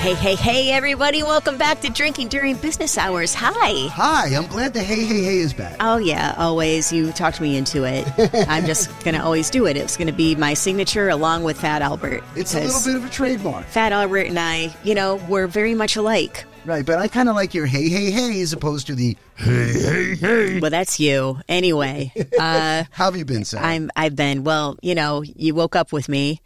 Hey, hey, hey, everybody. Welcome back to Drinking During Business Hours. Hi. Hi, I'm glad the hey hey hey is back. Oh, yeah, always. You talked me into it. I'm just going to always do it. It's going to be my signature along with Fat Albert. It's a little because bit of a trademark, Fat Albert and I, you know, we're very much alike. right? But I kind of like your hey hey hey as opposed to the hey hey hey. Well, that's you. Anyway, uh, How have you been, Sam? I'm, I've been, well, you know, you woke up with me.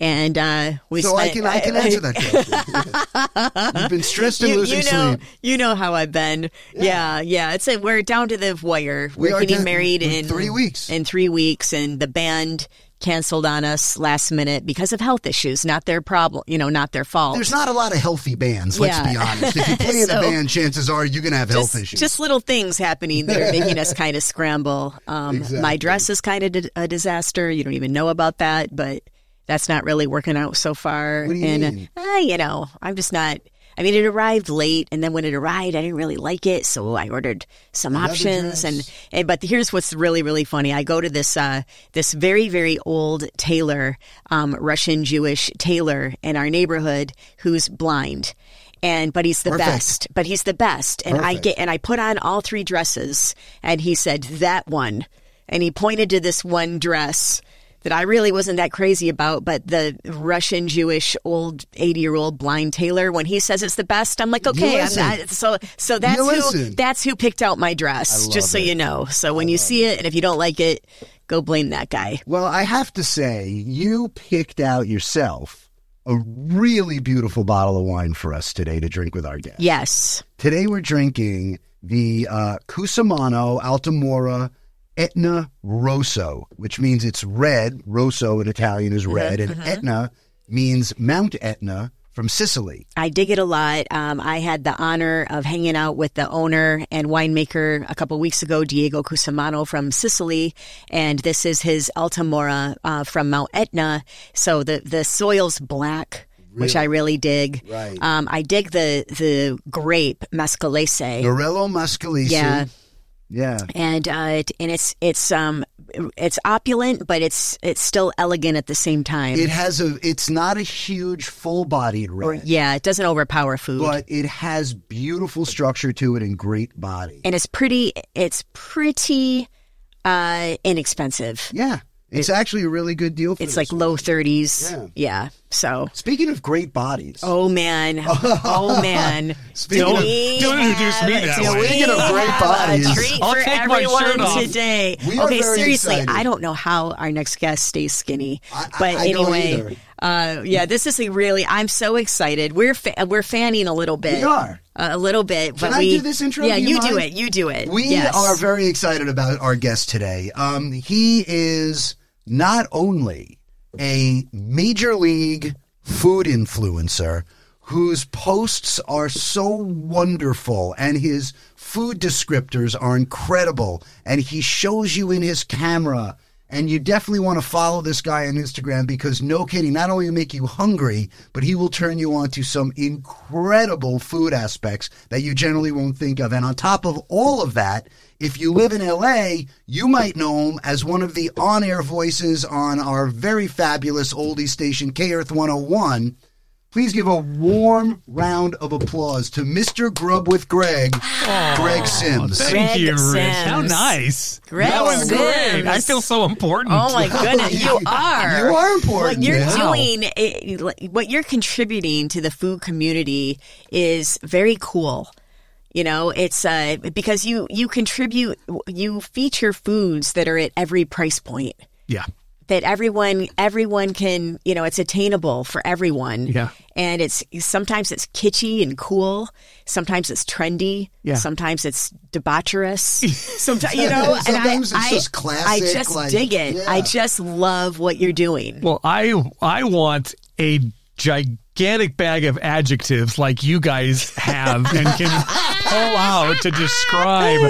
And uh, we so I spent- can I can answer that question. You've been stressed and you, losing you know, sleep. you know how I've been. Yeah, yeah. It's a, we're down to the wire. We are are getting down- married in in three weeks. In three weeks, and the band canceled on us last minute because of health issues. Not their problem. You know, not their fault. There's not a lot of healthy bands. Let's Yeah. be honest. If you play in So- a band, chances are you're going to have health just, issues. just little things happening that are making us kind of scramble. Um, My Exactly. dress is kind of di- a disaster. You don't even know about that, but that's not really working out so far. What do you and mean? Uh, ah, you know, I'm just not. I mean, it arrived late, and then when it arrived, I didn't really like it, so I ordered some options. And, dress. and but here's what's really really funny. I go to this uh, this very very old tailor, um, Russian Jewish tailor in our neighborhood who's blind, and but he's the Perfect. best but he's the best. And I Perfect. get and I put on all three dresses and he said that one. And he pointed to this one dress that I really wasn't that crazy about, but the Russian Jewish old 80-year-old blind tailor when he says it's the best, I'm like, okay, I'm listen. not, so so that's You who listen. that's who picked out my dress, just so you know. So when you see it and if you don't like it, go blame that guy. well, I have to say, you picked out yourself a really beautiful bottle of wine for us today to drink with our guests. Yes. Today we're drinking the uh, Cusimano Altamora Etna Rosso, which means it's red. Rosso in Italian Mm-hmm, is red, and Etna means Mount Etna from Sicily. I dig it a lot. Um, I had the honor of hanging out with the owner and winemaker a couple weeks ago, Diego Cusimano from Sicily, and this is his Altamora uh, from Mount Etna. So the the soil's black. Which I really dig. Right. Um, I dig the the grape mescalese. Morello Muscalese. Yeah. Yeah. and uh, it, and it's it's um it's opulent, but it's it's still elegant at the same time. It has a, it's not a huge full bodied red, yeah, it doesn't overpower food. but it has beautiful structure to it and great body. and it's pretty it's pretty uh inexpensive Yeah. It's actually a really good deal for it's this. like low 30s yeah, so Speaking of great bodies. oh man oh man Speaking of- we don't introduce have- me that do way. we Speaking of great have a bodies. treat I'll for take my everyone shirt off. today We are okay very seriously excited. i don't know how our next guest stays skinny I- I- but I don't anyway uh yeah this is a really i'm so excited we're fa- we're fanning a little bit We are. a little bit but I we do this intro? yeah Do you you do mind? it you do it We Yes. are very excited about our guest today. Um, he is not only a major league food influencer whose posts are so wonderful and his food descriptors are incredible, and he shows you in his camera. And you definitely want to follow this guy on Instagram because no kidding, not only will make you hungry, but he will turn you on to some incredible food aspects that you generally won't think of. And on top of all of that, if you live in LA, you might know him as one of the on air voices on our very fabulous oldie station, K Earth 101. Please give a warm round of applause to Mr. Grub with Greg, Greg Sims. Thank Greg you, Rich. How Sims. nice. Greg that was Sims. great. I feel so important. Oh my goodness, you are. You are important. What you're yeah. Wow. doing, it- what you're contributing to the food community is very cool. You know, it's uh, because you you contribute, you feature foods that are at every price point Yeah. that everyone everyone can you know it's attainable for everyone Yeah. and it's sometimes it's kitschy and cool sometimes it's trendy Yeah. sometimes it's debaucherous sometimes you know and I, Sometimes it's I, just classic, I just like- dig it i yeah. just love what you're doing Well, I I want a gigantic bag of adjectives like you guys have and can pull out to describe.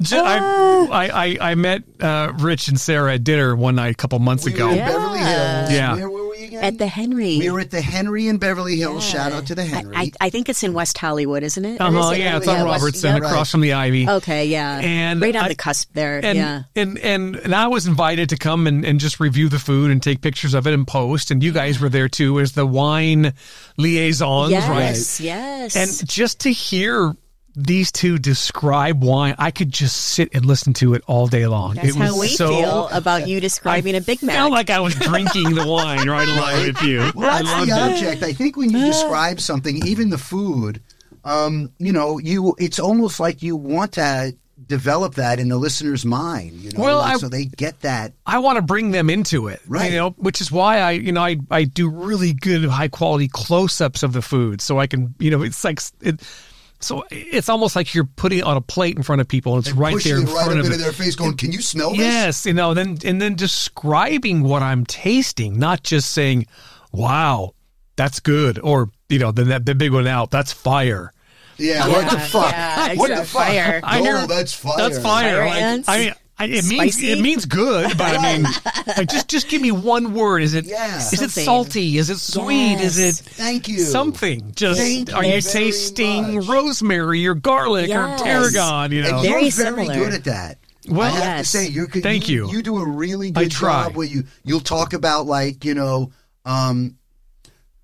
Ju- Oh. I, I, I, I met uh, Rich and Sarah at dinner one night a couple months We were ago. in Beverly Hills. Yeah. Where were we again? again? At the Henry. we were at the Henry in Beverly Hills. Shout out to the Henry. I, I think it's in West Hollywood, isn't it? Uh-huh, Or is it- yeah, it's on West- Robertson, yeah. across from the Ivy. Okay, yeah. And right on I- the cusp there. and, yeah. and and and I was invited to come and, and just review the food and take pictures of it and post. And you guys were there too as the wine liaisons, right? Yes, yes. And just to hear these two describe wine, I could just sit and listen to it all day long. that's it was how we so, feel about you I describing a Big Mac. felt like I was drinking the wine right along with you. Well, I that's loved the uh, it. object. I think when you describe something, even the food, um, you know, you it's almost like you want to develop that in the listener's mind, you know, Well, like, I- so they get that. I want to bring them into it, Right. You know, which is why I, you know, I I do really good high quality close ups of the food, so I can, you know, it's like it. So it's almost like you're putting it on a plate in front of people, and it's right pushing there in it right front up of into them. their face, going, "Can you smell this?" Yes, you know, then and then describing what I'm tasting, not just saying, "Wow, that's good," or you know, then that the big one out, that's fire. Yeah. What the Yeah, fuck? yeah, what the exactly. fuck? Fire. I No, hear- that's fire. That's fire. Fire Like, ants. I mean, I, it means Spicy. it means good, but I mean, like just just give me one word. Is it is Yeah. it Something. salty? Is it sweet? Is Yes. it Thank you. something? Just Thank are you very you, tasting much. rosemary or garlic Yes. or tarragon? You And know, Very you're very similar. good at that. Well, I have to Yes. say, you're good. Thank you. You do a really I good try. job where you you'll talk about like you know. um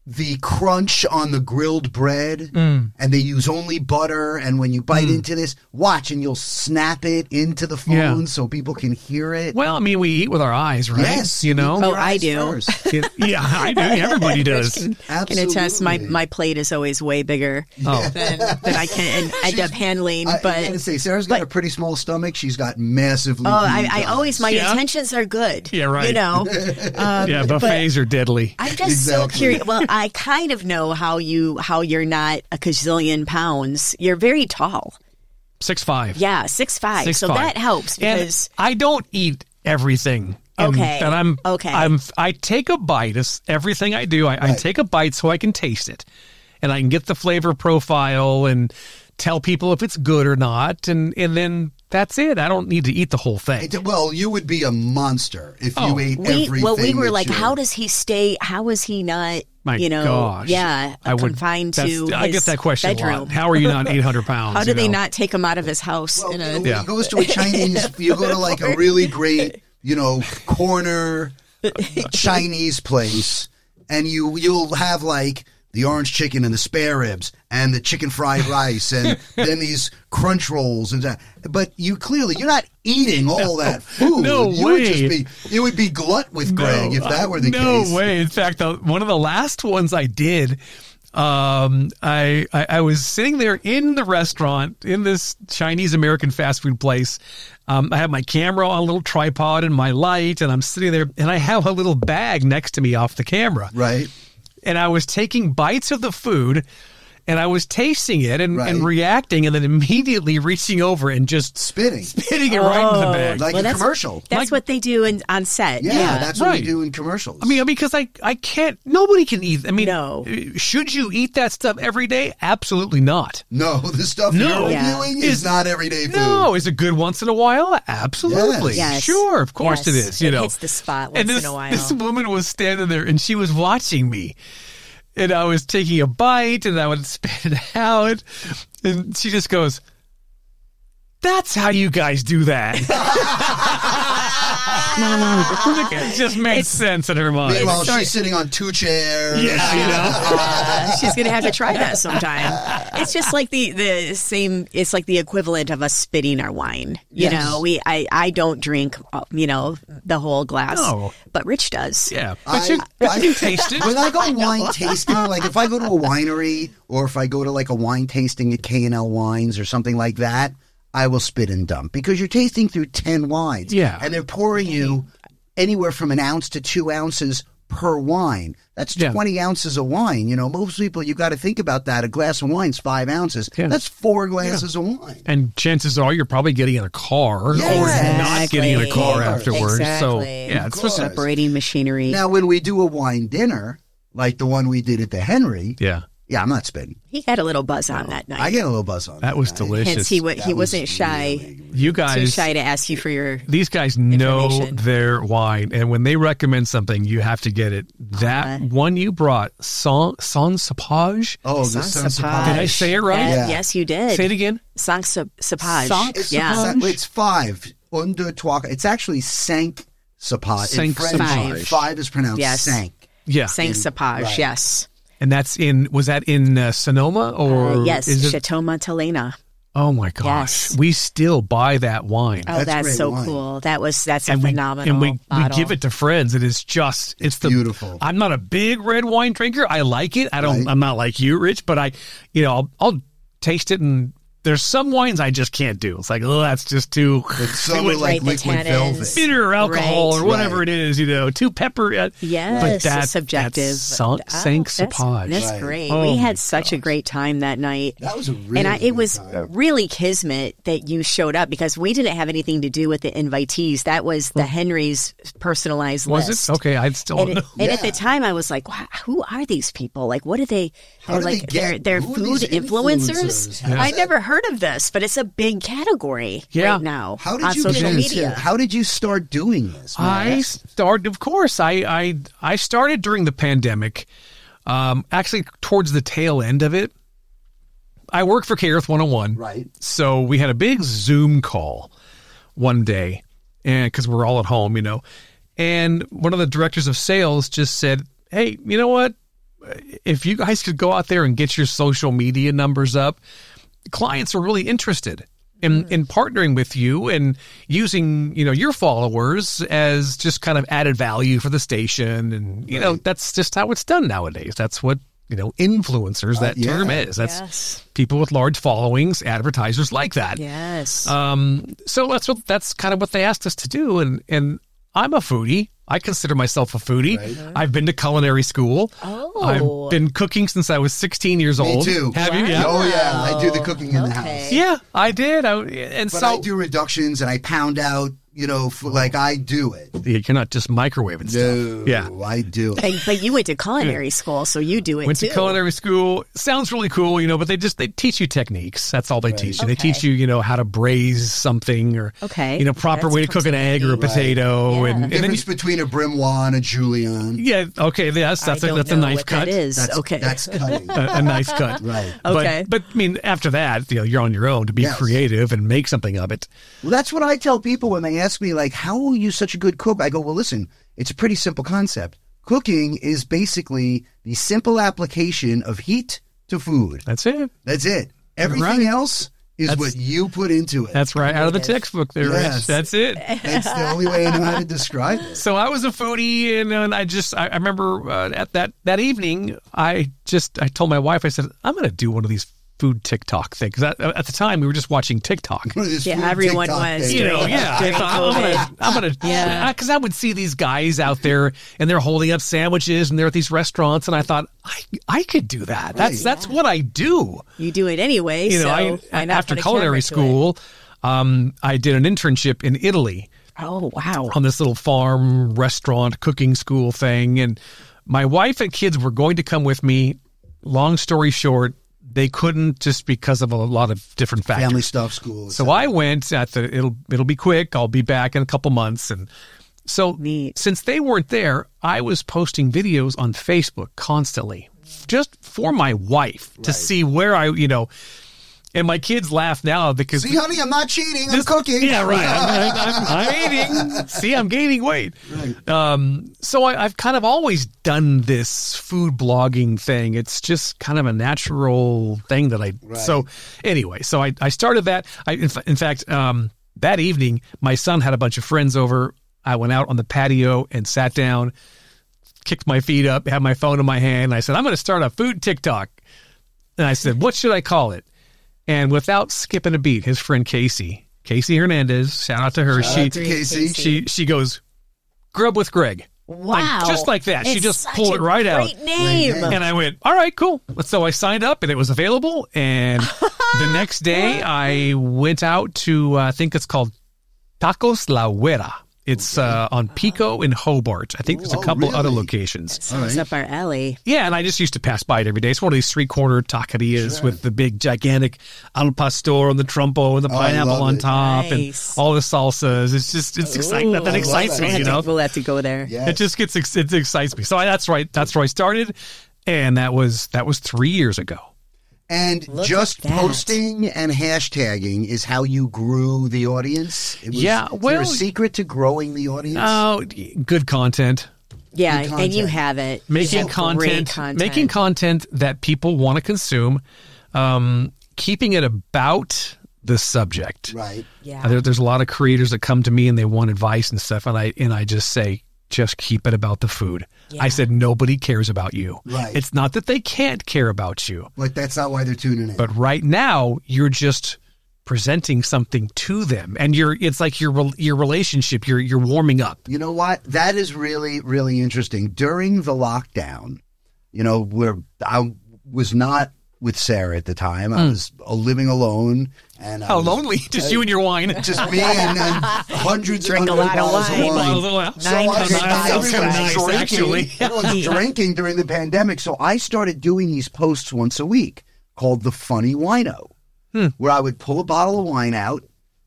the crunch on the grilled bread, Mm. and they use only butter. And when you bite into this, watch and you'll snap it into the phone Yeah. so people can hear it. well, I mean, we eat with our eyes, right? Yes, you know. Oh, Your I eyes do. first. It- yeah, I do. Everybody does. can attest my, Absolutely. my plate is always way bigger Oh. than, than I can and end up handling. I, but I gotta say, Sarah's got a pretty small stomach. She's got massively. oh, I, huge I eyes. always my Yeah. intentions are good. Yeah, right. You know, um, Yeah, buffets are deadly. I'm just so Exactly. curious. Well, I kind of know how you how you're not a gazillion pounds. You're very tall. Six five. Yeah, six five. Six so five. that helps And because I don't eat everything. And, Okay. And I'm Okay. I'm I take a bite. It's everything I do. I, I take a bite so I can taste it, and I can get the flavor profile and tell people if it's good or not, and and then that's it. I don't need to eat the whole thing. It- well, you would be a monster if Oh. you ate we everything. well we were that like, you- how does he stay? How is he not? My you know, gosh. yeah, I would, confined that's- to. I get his that question a Bedroom. lot. How are you not 800 pounds? How do you they know? not take him out of his house? Well, in you a, know, when he goes to a Chinese. you go to like a really great, you know, corner Chinese place, and you you'll have like the orange chicken and the spare ribs and the chicken fried rice and then these crunch rolls and that. But you clearly you're not eating all that food. No you Would way. just be, you would be glut with Greg if that were the no case. way. In fact, the, one of the last ones I did, um, I, I I was sitting there in the restaurant in this Chinese American fast food place. Um, I have my camera on a little tripod and my light, and I'm sitting there, and I have a little bag next to me off the camera Right. and I was taking bites of the food and I was tasting it and, Right. and reacting and then immediately reaching over and just Spitting. spitting it right into the bag. Oh, Like Well, a that's- commercial. That's what they do in, on set. Yeah, that's what right. we do in commercials. I mean, because I, I can't, nobody can eat. I mean, No. should you eat that stuff every day? Absolutely not. no, the stuff No. you're Yeah. reviewing is Is- not everyday food. No, is it good once in a while? Absolutely. Yes. Yes. Sure, of course Yes. it is. You It know, hits the spot And once this- in a while. This woman was standing there and she was watching me. And I was taking a bite and I would spit it out. And she just goes, That's how you guys do that. it just made sense in her mind. Meanwhile, she's sitting on two chairs. yeah, you know. Uh, she's gonna have to try that sometime. It's just like the the same. It's like the equivalent of us spitting our wine. You Yes. know, we I I don't drink. uh, You know, the whole glass. No. but Rich does. Yeah. But I- you, I- but you taste it. When I go wine tasting, like if I go to a winery or if I go to like a wine tasting at K and L Wines or something like that, I will spit and dump because you're tasting through ten wines. Yeah. and they're pouring you anywhere from an ounce to two ounces per wine. That's Yeah. twenty ounces of wine. You know, most people you got to think about that. A glass of wine's five ounces. Yeah. That's four glasses of wine. And chances are you're probably getting in a car or not Exactly. getting in a car afterwards. So Exactly. yeah, it's supposed to course. Separating machinery. Now, when we do a wine dinner like the one we did at the Henry, yeah. Yeah, I'm not spitting. He had a little buzz on that night. I get a little buzz on That was night. Hence, delicious. he, wa- he That was wasn't shy, really- you too guys, shy to ask you for your. these guys know Information. their wine, and when they recommend something, you have to get it. That Okay. one you brought, Sans Sans Sapage. Oh, the Sans Sans Sapage. Did I say it right? That- Yeah. Yes, you did. Say it again. Sang Sa- Sapage. Sang It's yeah. Sapage. It's five. Under twaka. It's actually sank sapage. In Sank French, Sapage. Five is pronounced Yes. sank. Yeah, Sang Sapage. Right. Yes. and that's in was that in uh, Sonoma or Uh, yes. Is it, Chateau Montelena. oh my gosh, Yes. we still buy that wine. Oh, That's that's, great so wine. cool. That was that's a and we, phenomenal. and we, we bottle. give it to friends. It is just it's, the beautiful. I'm not a big red wine drinker. I like it. I don't. Right. I'm not like you, Rich. But I, you know, I'll, I'll taste it. And there's some wines I just can't do. It's like oh, that's just too It's somewhere Right, like the liquid tannins. velvet. bitter or alcohol Right. or whatever Right. it is. You know, too pepper. uh, Yes, but it's that, subjective. That's san- Oh, sank that's- sapage. That's Right. great. Oh, we my had such a great time that night. That was a really and I, good it was time. really kismet that you showed up because we didn't have anything to do with the invitees. That was the Henry's personalized was list. it okay? I still And, don't it- know. and at the Yeah. time, I was like, wow, "Who are these people? Like, what are they? How they're do they like get- are they're who are food these influencers. influencers? Yeah. I never heard of this, but it's a big category Yeah. right now How on did you social get into? media. How did you start doing this? May I I ask? started, of course. I I I started during the pandemic. Um, actually, towards the tail end of it, I worked for K Earth 101. Right. So we had a big Zoom call one day, and because we're all at home, you know, and one of the directors of sales just said, "Hey, you know what? If you guys could go out there and get your social media numbers up, clients are really interested in in partnering with you and using you know your followers as just kind of added value for the station and you know that's just how it's done nowadays that's what you know influencers that yeah. term is that's Yes. people with large followings advertisers like that Yes. Uh, um, so that's what that's kind of what they asked us to do, and and I'm a foodie. I consider myself a foodie. I've been to culinary school. Uh-huh. Oh. I've been cooking since I was 16 years Me old. too. Have you? Yeah. Oh yeah, I do the cooking in the Okay. house. Yeah, I did. I, and But so I do reductions and I pound out. You know, f- like I do it. you cannot just microwave and stuff. No, Yeah. I do it. But- but you went to culinary school, so you do it Went too. to culinary school. Sounds really cool, you know, but they just they teach you techniques. That's all they teach you. They Okay. teach you, you know, how to braise something or Okay. you know, proper That's way to cook an egg or a potato and, and then you, Difference between a Brimois and a Julian. yeah, okay, yes, that's I a, don't that's know a knife what cut. That is That's okay. That's cutting. a, a knife cut. Right. Okay. But, but I mean, after that, you know, you're on your own to be Yes. creative and make something of it. Well, that's what I tell people when they ask me, like, how are you such a good cook? I go, well, listen, it's a pretty simple concept. Cooking is basically the simple application of heat to food. That's it. That's it. Everything Right. else is That's- what you put into it. That's right out of the textbook there, Yes. Rich. That's it. That's the only way I know how to describe it. So I was a foodie, and, and I just I, I remember uh, at that that evening, I just I told my wife, I said, I'm going to do one of these food TikTok things. At, at the time, we were just watching TikTok. This Yeah, food everyone TikTok was thing. you know, During- yeah. during I thought, I'm gonna, I'm gonna, Yeah. yeah, because I would see these guys out there and they're holding up sandwiches and they're at these restaurants, and I thought, I, I could do that. That's that's what I do. you do it anyway. You know, so I, why not after put a camera culinary to it? school, um, I did an internship in Italy Oh wow! on this little farm restaurant cooking school thing, and my wife and kids were going to come with me. Long story short, they couldn't just because of a lot of different factors. Family stuff, school. So I went at the it'll it'll be quick. I'll be back in a couple months and so Neat. since they weren't there, I was posting videos on Facebook constantly just for my wife to see where I, you know, and my kids laugh now because See, honey, I'm not cheating. I'm cooking. yeah, right. I'm, I'm, I'm eating. See, I'm gaining weight. Um, so I, I've kind of always done this food blogging thing. It's just kind of a natural thing that I. So anyway, so I, I started that. I in, fa- in fact um, that evening, my son had a bunch of friends over. I went out on the patio and sat down, kicked my feet up, had my phone in my hand. And I said, "I'm going to start a food TikTok." And I said, What should I call it? And without skipping a beat, his friend Casey, Casey Hernandez, shout out to her. she, to Casey. she she goes, Grub with Greg. Wow! just like that. She It's just such pulled a it right out. Great name. And I went, All right, cool. So I signed up and it was available. And the next day I went out to, uh, I think it's called Tacos La Huera. It's uh, on Pico in Hobart. I think there's a Oh, couple other really? locations. Sounds up our alley. Yeah, and I just used to pass by it every day. It's one of these three corner taquerias with the big, gigantic al pastor and the trompo and the pineapple Oh, love on it. top Nice. and all the salsas. It's just, it's exciting. That, that I love excites it. me, We'll you have to- know? We'll have to go there. Yes. It just gets, ex- it excites me. So I, that's right. That's where I started. And that was, that was three years ago. And Look just at that. posting and hashtagging is how you grew the audience. It was, Yeah, is there well- a secret to growing the audience. uh, Oh, good content. Yeah, Good and you content. have it. You making have content, great content, making content that people want to consume, um, keeping it about the subject. right. Yeah. There, there's a lot of creators that come to me and they want advice and stuff, and I and I just say, just keep it about the food. I said nobody cares about you. Right. It's not that they can't care about you, Like that's not why they're tuning in. but right now you're just presenting something to them, and you're it's like your rel- your relationship. You're you're warming up. You know what? That is really, really interesting. During the lockdown, you know, where I was not with Sarah at the time. Hmm. I was uh, living alone and I How was lonely, just you and your wine. just me and, and hundreds Drink a and hundreds lot of bottles wine. A little- Nine I- times nice. everyone's Nice, drinking, actually. everyone's drinking during the pandemic. So I started doing these posts once a week called the Funny Wino, where I would pull a bottle of wine out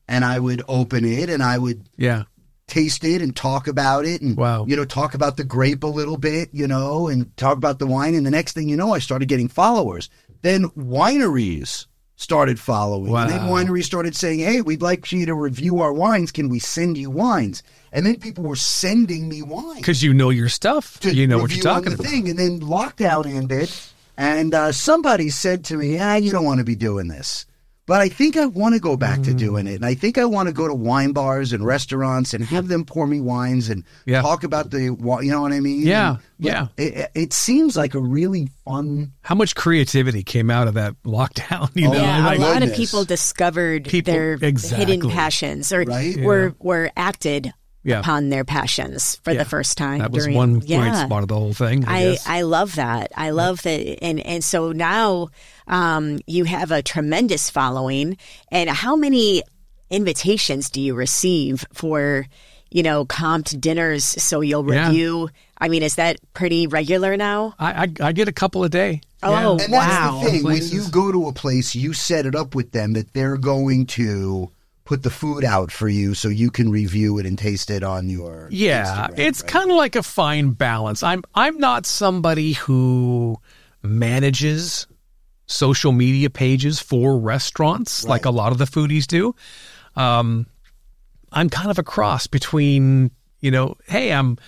and I would open it and I would yeah. taste it and talk about it and Wow. you know talk about the grape a little bit you know and talk about the wine and the next thing you know i started getting followers then wineries started following and then Wow. wineries started saying hey we'd like you to review our wines can we send you wines and then people were sending me wine Because you know your stuff. to You know what you're review on talking the about. thing and then lockdown ended and uh, somebody said to me ah you don't want to be doing this but I think I want to go back Mm. to doing it. And I think I want to go to wine bars and restaurants and have them pour me wines and Yeah. talk about the, wi- you know what I mean? Yeah, And, yeah. It, it seems like a really fun. How much creativity came out of that lockdown? You Oh, know, Yeah, my like, a lot of goodness. people discovered People- their hidden exactly. passions or Right? were were acted Yeah. upon their passions for the first time. that was during- one yeah. bright spot of the whole thing. I, I, guess. I love that. I love that. And, and so now um, you have a tremendous following. And how many invitations do you receive for, you know, comped dinners so you'll Yeah. review? I mean, is that pretty regular now? I, I, I get a couple a day. Oh, Yeah. And that's Wow. the thing. Places. When you go to a place, you set it up with them that they're going to put the food out for you so you can review it and taste it on your. Yeah, Instagram, it's right? kind of like a fine balance. I'm I'm not somebody who manages social media pages for restaurants like a lot of the foodies do. Um, I'm kind of a cross between you know, hey, I'm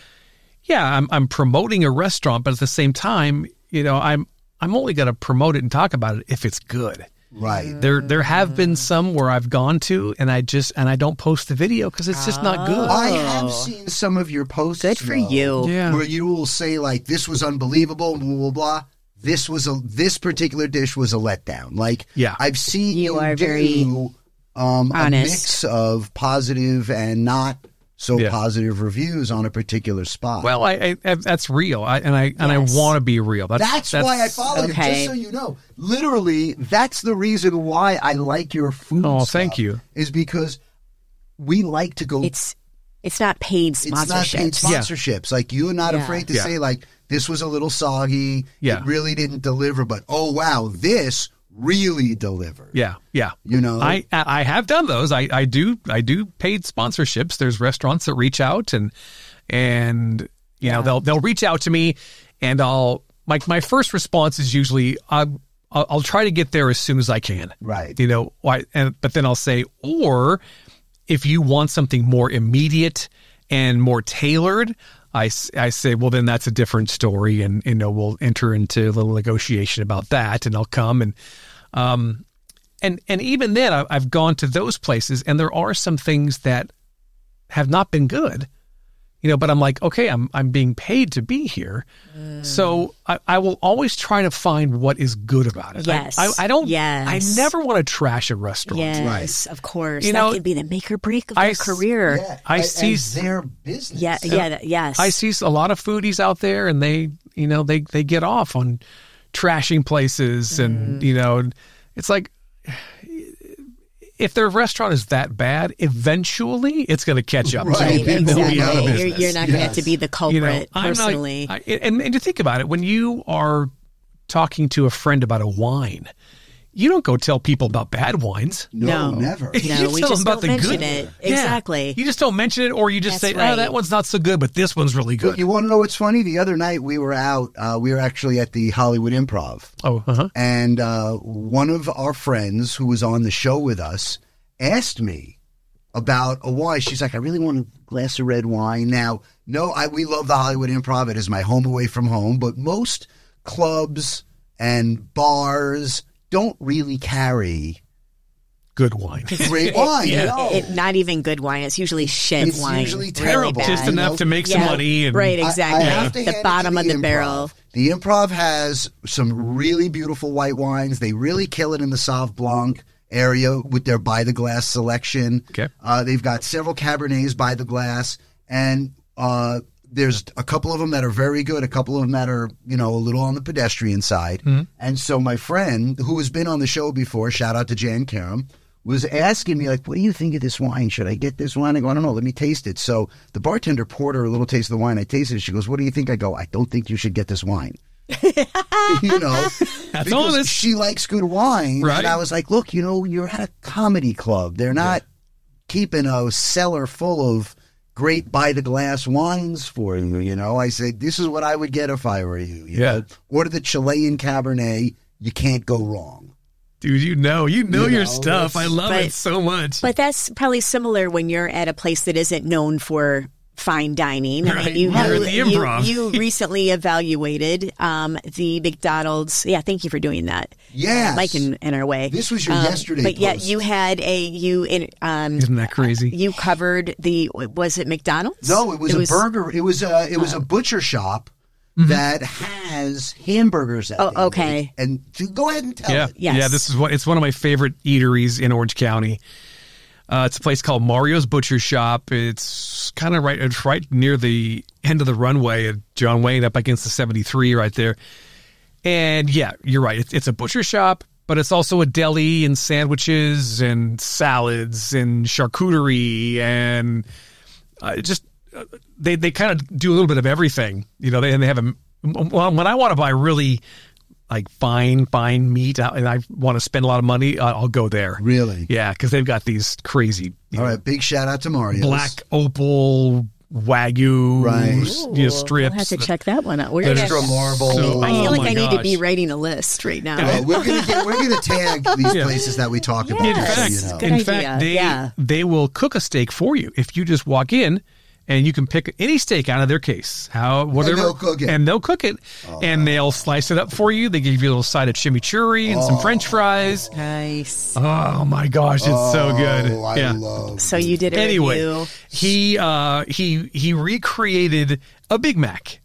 yeah, I'm I'm promoting a restaurant, but at the same time, you know, I'm I'm only going to promote it and talk about it if it's good. Right. There there have been some where I've gone to and I just and I don't post the video because it's just not good. I have seen some of your posts. Oh. Good for though. you. Yeah. Oh, where you will say like this was unbelievable blah blah blah this was a this particular dish was a letdown like Yeah. i've seen You you, are do, very um, a honest. mix of positive and not so Yeah. positive reviews on a particular spot Well, I, I that's real, I, and I and I Yes. want to be real. that's, That's, why I follow okay. you, just so you know. Literally, that's the reason why I like your food. Oh, stuff, thank you. Is because we like to go It's it's not paid it's not sponsorship. paid sponsorships. Like you're not Yeah. afraid to Yeah. say like this was a little soggy. Yeah. It really didn't deliver, but oh wow, this really delivered. Yeah, yeah. You know. I I have done those. I, I do I do paid sponsorships. There's restaurants that reach out and and you know they'll they'll reach out to me and I'll like my first response is usually I'm, I'll I'll try to get there as soon as I can. Right. You know, why and but then I'll say or if you want something more immediate and more tailored I, s- I say well then that's a different story and you know we'll enter into a little negotiation about that and I'll come and um, and and even then I- i've gone to those places and there are some things that have not been good you know but i'm like okay i'm i'm being paid to be here Mm. so I, I will always try to find what is good about it I- Yes. i, I, don't Yes. i never want to trash a restaurant Yes, of course. You that know, could be the make or break of I your s- career. Yeah. I And- see and s- their business. Yeah, yeah, that- yes. i see a lot of foodies out there and they you know they they get off on Mm. trashing places and you know it's like if their restaurant is that bad, eventually it's going to catch up. to Right, you, and they'll be out of exactly. You're, business. you're not going to have Yes. to be the culprit I'm not- personally. I- and, and to think about it, when you are talking to a friend about a wine, you don't go tell people about bad wines. No, No. never. No, you we tell just them don't about the mention good. it. Yeah. Exactly. You just don't mention it, or you just That's say, "Oh, right. that one's not so good, but this one's really But good." you want to know what's funny? The other night we were out. Uh, we were actually at the Hollywood Improv, oh, uh huh. and uh, one of our friends who was on the show with us asked me about a wine. She's like, "I really want a glass of red wine." Now, no, I we love the Hollywood Improv. It is my home away from home, but most clubs and bars don't really carry Good wine. great wine. no. It, not even good wine. It's usually shit It's wine. usually Really terrible. bad. just you enough know, to make some Yeah, money. And, right, I- I exactly. have to hand the it bottom to of the improv. barrel. The improv has some really beautiful white wines. They really kill it in the Sauve Blanc area with their by the glass selection. Okay. Uh, they've got several Cabernets by the glass, and uh, there's a couple of them that are very good, a couple of them that are, you know, a little on the pedestrian side. Mm-hmm. And so my friend, who has been on the show before, shout out to Jan Karam, was asking me, like, what do you think of this wine? Should I get this wine? I go, I don't know, let me taste it. So the bartender poured her a little taste of the wine. I tasted it. She goes, what do you think? I go, I don't think you should get this wine. you know, That's because honest. she likes good wine. Right. And I was like, look, you know, you're at a comedy club. They're not keeping a cellar full of great by the glass wines for you. You know, I said, this is what I would get if I were you. you Yeah. know? Order the Chilean Cabernet. You can't go wrong. dude, you know, you know You your know, stuff. I love but- it so much. But that's probably similar when you're at a place that isn't known for fine dining. I mean, Right. you, you, You're at the improv. you- you recently evaluated um, the McDonald's. Yeah, thank you for doing that. Yes. Like in, in our way. Um, This was your yesterday But yet post. you had a, you, in, um, Isn't that crazy? you covered the, was it Oh. McDonald's? No, it was a burger. It was a it was a butcher shop Mm-hmm. that has hamburgers. That Oh, they make. okay. And to, go ahead and tell Yeah, it. Yes. yeah. This is what it's one of my favorite eateries in Orange County. Uh, it's a place called Mario's Butcher Shop. It's kind of right, it's right near the end of the runway at John Wayne, up against the seventy three, right there. And yeah, you're right. It's, it's a butcher shop, but it's also a deli and sandwiches and salads and charcuterie and uh, just uh, they they kind of do a little bit of everything, you know. They, and they have a well, when I want to buy really like fine fine meat uh, and I want to spend a lot of money, uh, I'll go there. Really? Yeah, because they've got these crazy you All know, right. Big shout out to Mario. black opal wagyu Right. Ooh, you know, I'll have strips. to check that one out. We're gonna- Extra marble. So- I feel Oh like my I need to gosh. be writing a list right now. Uh, we're gonna get, we're gonna tag these Yeah. places that we talk about. In Yes. so fact, you know. Good in idea. fact, they Yeah. they will cook a steak for you if you just walk in. And you can pick any steak out of their case, how whatever, they'll cook it. Oh, and they'll cook it, and they'll slice it up for you. They give you a little side of chimichurri and some Oh. French fries. Nice. Oh my gosh, it's so good! Oh, I yeah. love. So you did a Anyway, review. he uh, he he recreated a Big Mac.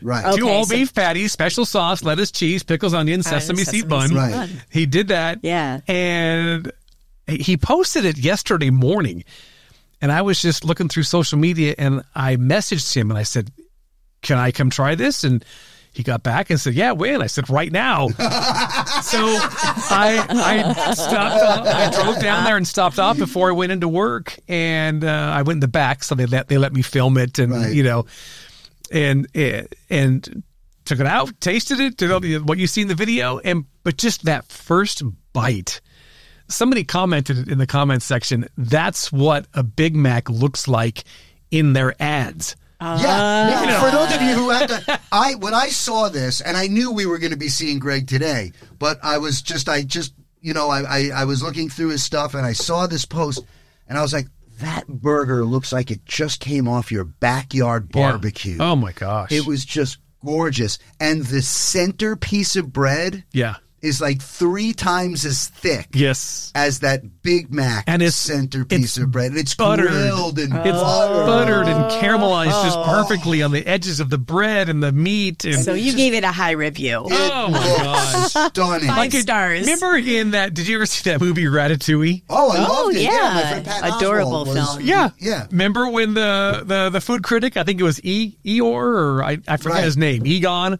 Right. Okay, Two all so- beef patties, special sauce, lettuce, cheese, pickles, onion, sesame, seed bun. Right. He did that. Yeah. And he posted it yesterday morning. And I was just looking through social media and I messaged him and I said, Can I come try this? And he got back and said, Yeah, when? I said, Right now. so I, I stopped off. I drove down there and stopped off before I went into work. And uh, I went in the back. So they let, they let me film it and, Right. you know, and and took it out, tasted it, did all the, what you see in the video, and but just that first bite. Somebody commented in the comments section. That's what a Big Mac looks like in their ads. Yeah, Ah. yeah. For those of you who have to, I when I saw this, and I knew we were going to be seeing Greg today, but I was just, I just, you know, I, I, I was looking through his stuff, and I saw this post, and I was like, that burger looks like it just came off your backyard barbecue. Oh my gosh! It was just gorgeous, and the centerpiece of bread yeah. is like three times as thick. Yes. As that Big Mac And it's- centerpiece it's of bread, it's buttered. grilled and It's buttered. buttered and caramelized Oh. just perfectly on the edges of the bread and the meat. And So you gave it a high review. oh my gosh! It's stunning. Five stars. Remember in that? Did you ever see that movie Ratatouille? Oh, I Oh, loved it. Yeah, my yeah. friend Pat Adorable Oswalt was- film. Yeah, yeah. Remember when the the the food critic, I think it was E Eeyore, or I, I forget Right. his name, Egon,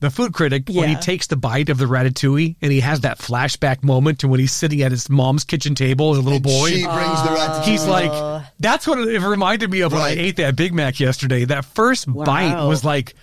the food critic when he Yeah. takes the bite of the ratatouille and he has that flashback moment to when he's sitting at his mom's kitchen table as a little boy. She brings the rat. He's Oh. like, that's what it reminded me of when I Right. ate that Big Mac yesterday. That first bite was like,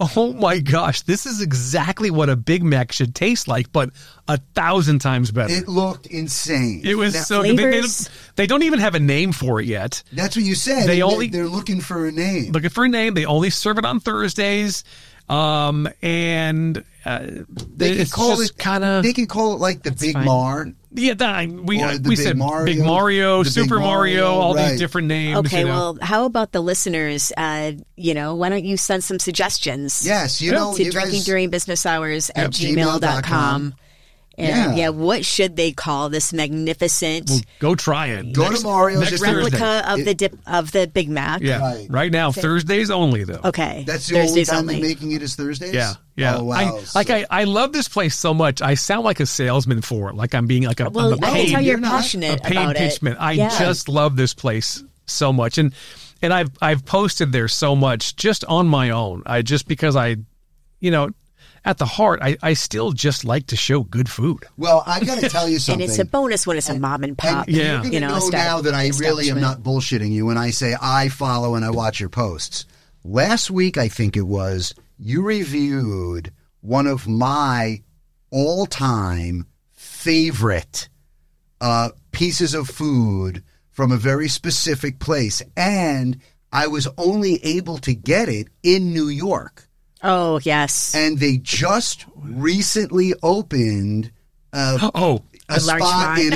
oh my gosh, this is exactly what a Big Mac should taste like, but a thousand times better. It, It looked insane. was Now, so good. They, they, Flavors. don't, they don't even have a name for it yet. That's what you said. They They only- only they're looking for a name. Looking for a name. They only serve it on Thursdays. Um, and uh, They could it's call just it kind of. They could call it like the Big fine. Mar. Yeah, I- we, uh, Or we the Big said Big Mario, Mario, the Big Super Mario, Mario, all right. these different names. Okay, you know. well, how about the listeners? Uh, you know, why don't you send some suggestions? Yes, you know, to you drinking guys, during business hours at, at gmail.com. gmail dot com. And yeah. Yeah. what should they call this magnificent go try it. Go to Mario's next if you're- Thursday. replica of the dip, of the Big Mac? Yeah, right, Right. now Thursdays only though. Okay. That's the Thursdays only time only. they're making it is Thursdays. Yeah, yeah. Oh I, wow! like So- I, I love this place so much. I sound like a salesman for it. Like I'm being like a, Well, I'm a I can paid, tell you're you're not passionate a paid about pitchman. it. I Yeah. just love this place so much, and and I've I've posted there so much just on my own. I just because I, you know, at the heart, I I still just like to show good food. well, I got to tell you and something. it's a bonus when it's a mom and And pop. Yeah. you're gonna you know, know, esta- now that I really am establishment. not bullshitting you when I say I follow and I watch your posts. Last week, I think it was, you reviewed one of my all-time favorite uh, pieces of food from a very specific place, and I was only able to get it in New York Oh yes, and they just recently opened a, Oh, a large spot. spot in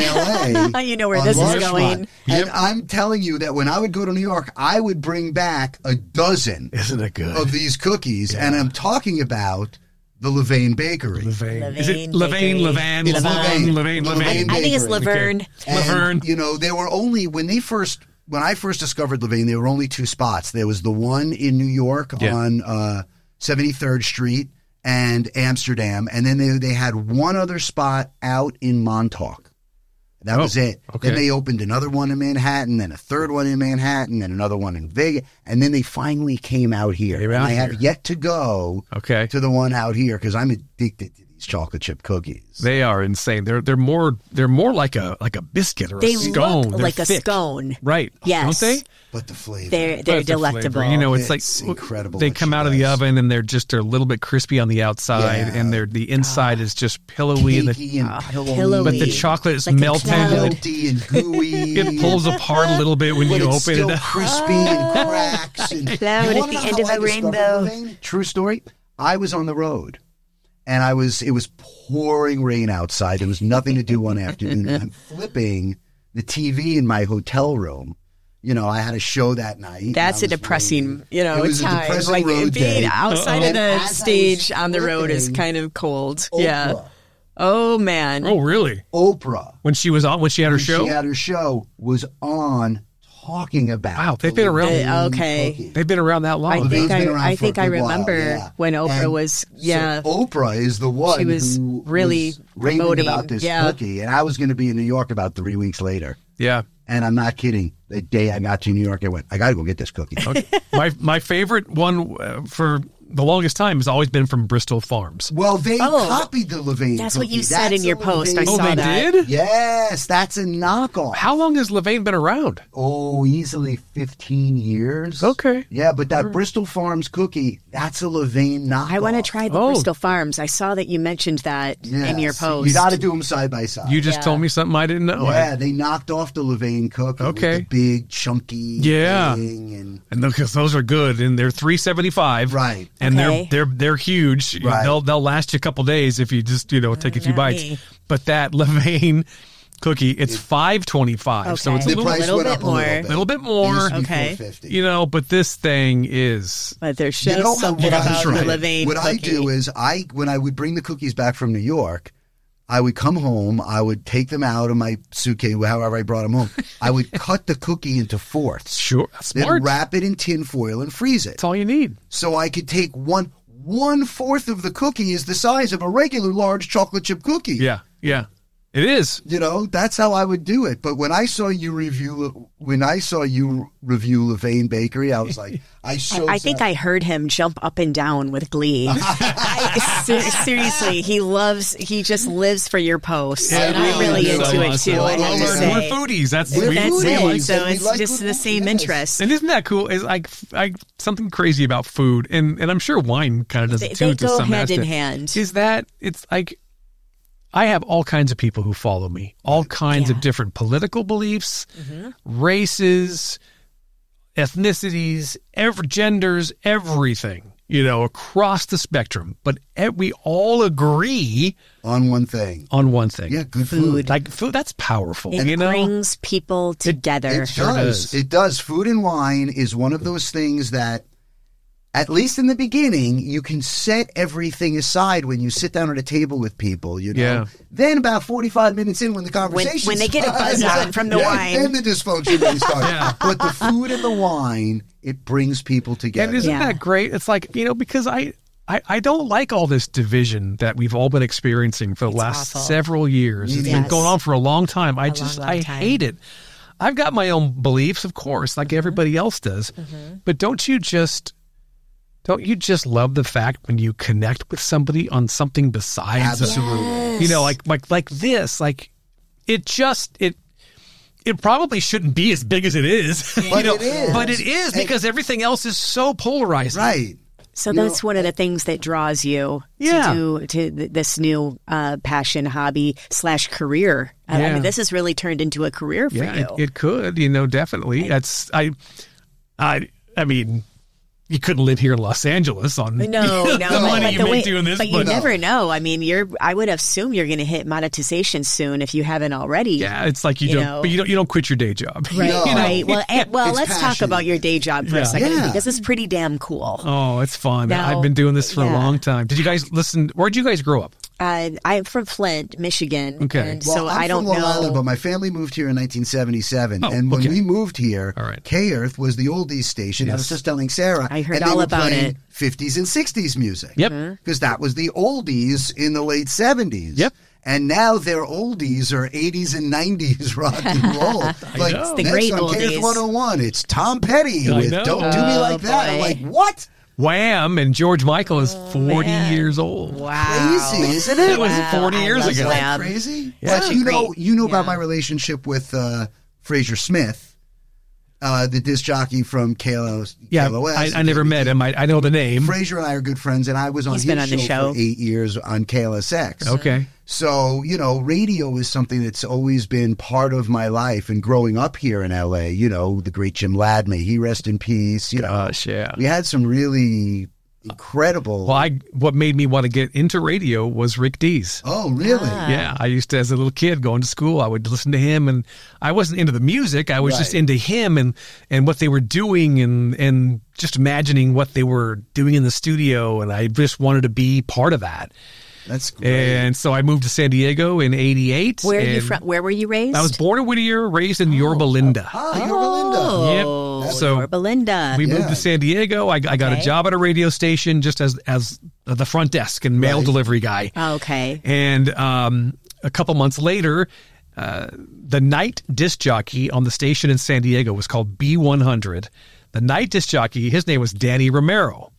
LA. You know where a this is large going. spot. And I'm telling you that when I would go to New York, I would bring back a dozen isn't it good? of these cookies, and I'm talking about the Levain Bakery. Levain. Is it Levain Levain, Bakery. Levain, It's Levain, Levain. Levain, Levain I Levain? Bakery. think it's Okay. Laverne. And, Laverne. You know, there were only when they first when I first discovered Levain, there were only two spots. There was the one in New York Yeah. on uh, 73rd Street and Amsterdam, and then they they had one other spot out in Montauk. That was it. Oh, okay. Then they opened another one in Manhattan, then a third one in Manhattan, then another one in Vegas, and then they finally came out here. Came And out I have here. yet to go Okay, to the one out here because I'm addicted to these chocolate chip cookies. They are insane. They're they're more they're more like a like a biscuit or They a scone. look They're like a thick. scone. right? Yes. don't they? but the flavor. They're they're But the flavor, delectable. You know, it's, It's like incredible They what come she out of the does. oven and they're just they're a little bit crispy on the outside, Yeah. and they're the inside is just pillowy. And the, Cakey and pillowy. pillowy. but the chocolate is Like a cloud. melted. melty and gooey. It pulls apart a little bit when But you it's open still it. up. crispy and cracks. And Cloud You at wanna the know end how of I a discovered rainbow. Levain? True story. I was on the road, and I was it was pouring rain outside. There was nothing to do one afternoon. I'm flipping the TV in my hotel room. You know, I had a show that night. and That's a I was depressing, waiting. you know, it was time. a depressing like road being day. outside of And the as I was stage on the road is flipping kind of cold. Oprah. Yeah. Oh man. Oh, really? Oprah. When she was on, when she had her show, She had her show was on talking about. Wow, they've been around- Uh, okay. cookies. they've been around that long. I Levain's think I, been around I for think a I good while, remember yeah. when Oprah And was so yeah. Oprah is the one She was who really was raving promoting, about this yeah. cookie, and I was going to be in New York about three weeks later. yeah. And I'm not kidding. The day I got to New York, I went, I got to go get this cookie. my my favorite one uh, for the longest time has always been from Bristol Farms. Well, they Oh. copied the Levain. That's what cookie. you said in That's your a post. I Levain- Oh, saw they that. did. Yes, that's a knockoff. How long has Levain been around? Oh, easily 15 years. Okay. Yeah, but that Bristol Farms cookie, that's a Levain knockoff. I want to try the Oh. Bristol Farms. I saw that you mentioned that in your Yes. post. You got to do them side by side. You just told me something I didn't know. yeah, they knocked off the Levain cookie. Okay. With the big, chunky Yeah. thing. And and because those are good, and they're three seventy five, Right. And Okay. they're they're they're huge. You know, Right. They'll they'll last you a couple days if you just you know take a few not bites. me. But that Levain cookie, it's five twenty five, so Okay. it's a the little, price little went bit up a little more. bit. little bit It more. used to be Okay. 450. You know, but this thing is but there's just You know how- something what I- about That's the right. Levain. what I cookie. do is I when I would bring the cookies back from New York, I would come home, I would take them out of my suitcase, however I brought them home. I would cut the cookie into fourths, sure then smart. wrap it in tin foil and freeze it. That's all you need. So I could take one one fourth of the cookie is the size of a regular large chocolate chip cookie. Yeah, yeah. It is. You know, that's how I would do it. But when I saw you review, when I saw you review Levain Bakery, I was like, I so. I think I heard him jump up and down with glee. I, ser- seriously, he loves, he just lives for your posts. Yeah, and I'm really so into it much. too, I have to Well, We're, say. we're foodies. That's we, That's foodies, it. and we so it's like just good the same food. interest. And isn't that cool? Is like f- I something crazy about food, and and I'm sure wine kind of does They- it too. they to go some hand in aspect. hand. Is that it's like I have all kinds of people who follow me, all kinds Yeah. Mm-hmm. of different political beliefs, races, ethnicities, ev- genders, everything. You know, across the spectrum, but e- we all agree on one thing. on one thing. Yeah, good food. Like food, that's powerful. It you know, brings people together. It does. does. It does. Food and wine is one of those things that, at least in the beginning, you can set everything aside when you sit down at a table with people. You know. Yeah. Then about forty-five minutes in, when the when, conversation when they get a buzz on from the then wine. the dysfunction may start. Yeah. But the food and the wine, it brings people together. And isn't Yeah. that great? It's like, you know, because I, I, I don't like all this division that we've all been experiencing for the last awful. several years. It's been Yes. going on for a long time. I just, long I time. Mm-hmm. hate it. I've got my own beliefs, of course, like everybody else does. But don't you just, don't you just love the fact when you connect with somebody on something besides a- Absolutely. you know, like like like this, like it just it it probably shouldn't be as big as it is. you But know, it is. But it is because everything else is so polarized. Right. So that's one of the things that draws you Yeah. to do to th- this new uh, passion, hobby slash career. Uh, I- I Yeah. mean, this has really turned into a career for Yeah, you. it, it could, you know, definitely. That's I I I mean you couldn't live here in Los Angeles on No, no, the but, money but you the make way- doing this, but, but, you never know. I mean, you're. I would assume you're going to hit monetization soon if you haven't already. yeah, it's like you, You don't, know. but you don't, you don't quit your day job, Right, No. right. Well, and, well, It's let's talk passion. about your day job for Yeah. a second Yeah. because it's pretty damn cool. Oh, it's fun. No. I've been doing this for a Yeah. long time. Did you guys listen? Where'd you guys grow up? Uh, I'm from Flint, Michigan, Okay. and Well, so I'm I don't from Long know. Island, but my family moved here in 1977, Oh, and when okay. we moved here, All right. K Earth was the oldies station. I was Yes. just telling Sarah, I heard and they all were about playing it. 50s and 60s music. Yep. because that was the oldies in the late 70s. Yep. And now their oldies are 80s and 90s rock and roll. like know. The next great on KF oldies. 101, it's Tom Petty I with know. "Don't Do Me Oh, Like That." I'm boy. like, what? Wham! And George Michael is 40 man. years old. Wow. Crazy, isn't it? It was Wow, 40 I years love ago. Wham. crazy. Yeah. But you know, Great. you know about Yeah. my relationship with uh, Fraser Smith, uh, the disc jockey from KLOS. Yeah, KLOS. I, I never met him. I, I know the name. Fraser and I are good friends, and I was on He's his been on the show. for eight years on KLSX. Okay. So, you know, radio is something that's always been part of my life. And growing up here in LA, you know, the great Jim Ladd, may he rest in peace. You know, Oh, Gosh, yeah. we had some really incredible. Well, I, what made me want to get into radio was Rick Dees. oh, really? Yeah, I used to, as a little kid going to school, I would listen to him, and I wasn't into the music. I was just Right. into him and, and what they were doing, and and just imagining what they were doing in the studio, and I just wanted to be part of that. That's great. And so I moved to San Diego in '88. Where are you and from? Where were you raised? I was born in Whittier, raised Oh, in Yorba Linda. Ah, you're Belinda. Oh, Yep. So- you're Belinda. We moved Yeah. to San Diego. I, I got a Okay. job at a radio station just as as the front desk and mail delivery guy. okay. And um, a couple months later, uh, the night disc jockey on the station in San Diego was called B100. The night disc jockey, his name was Danny Romero,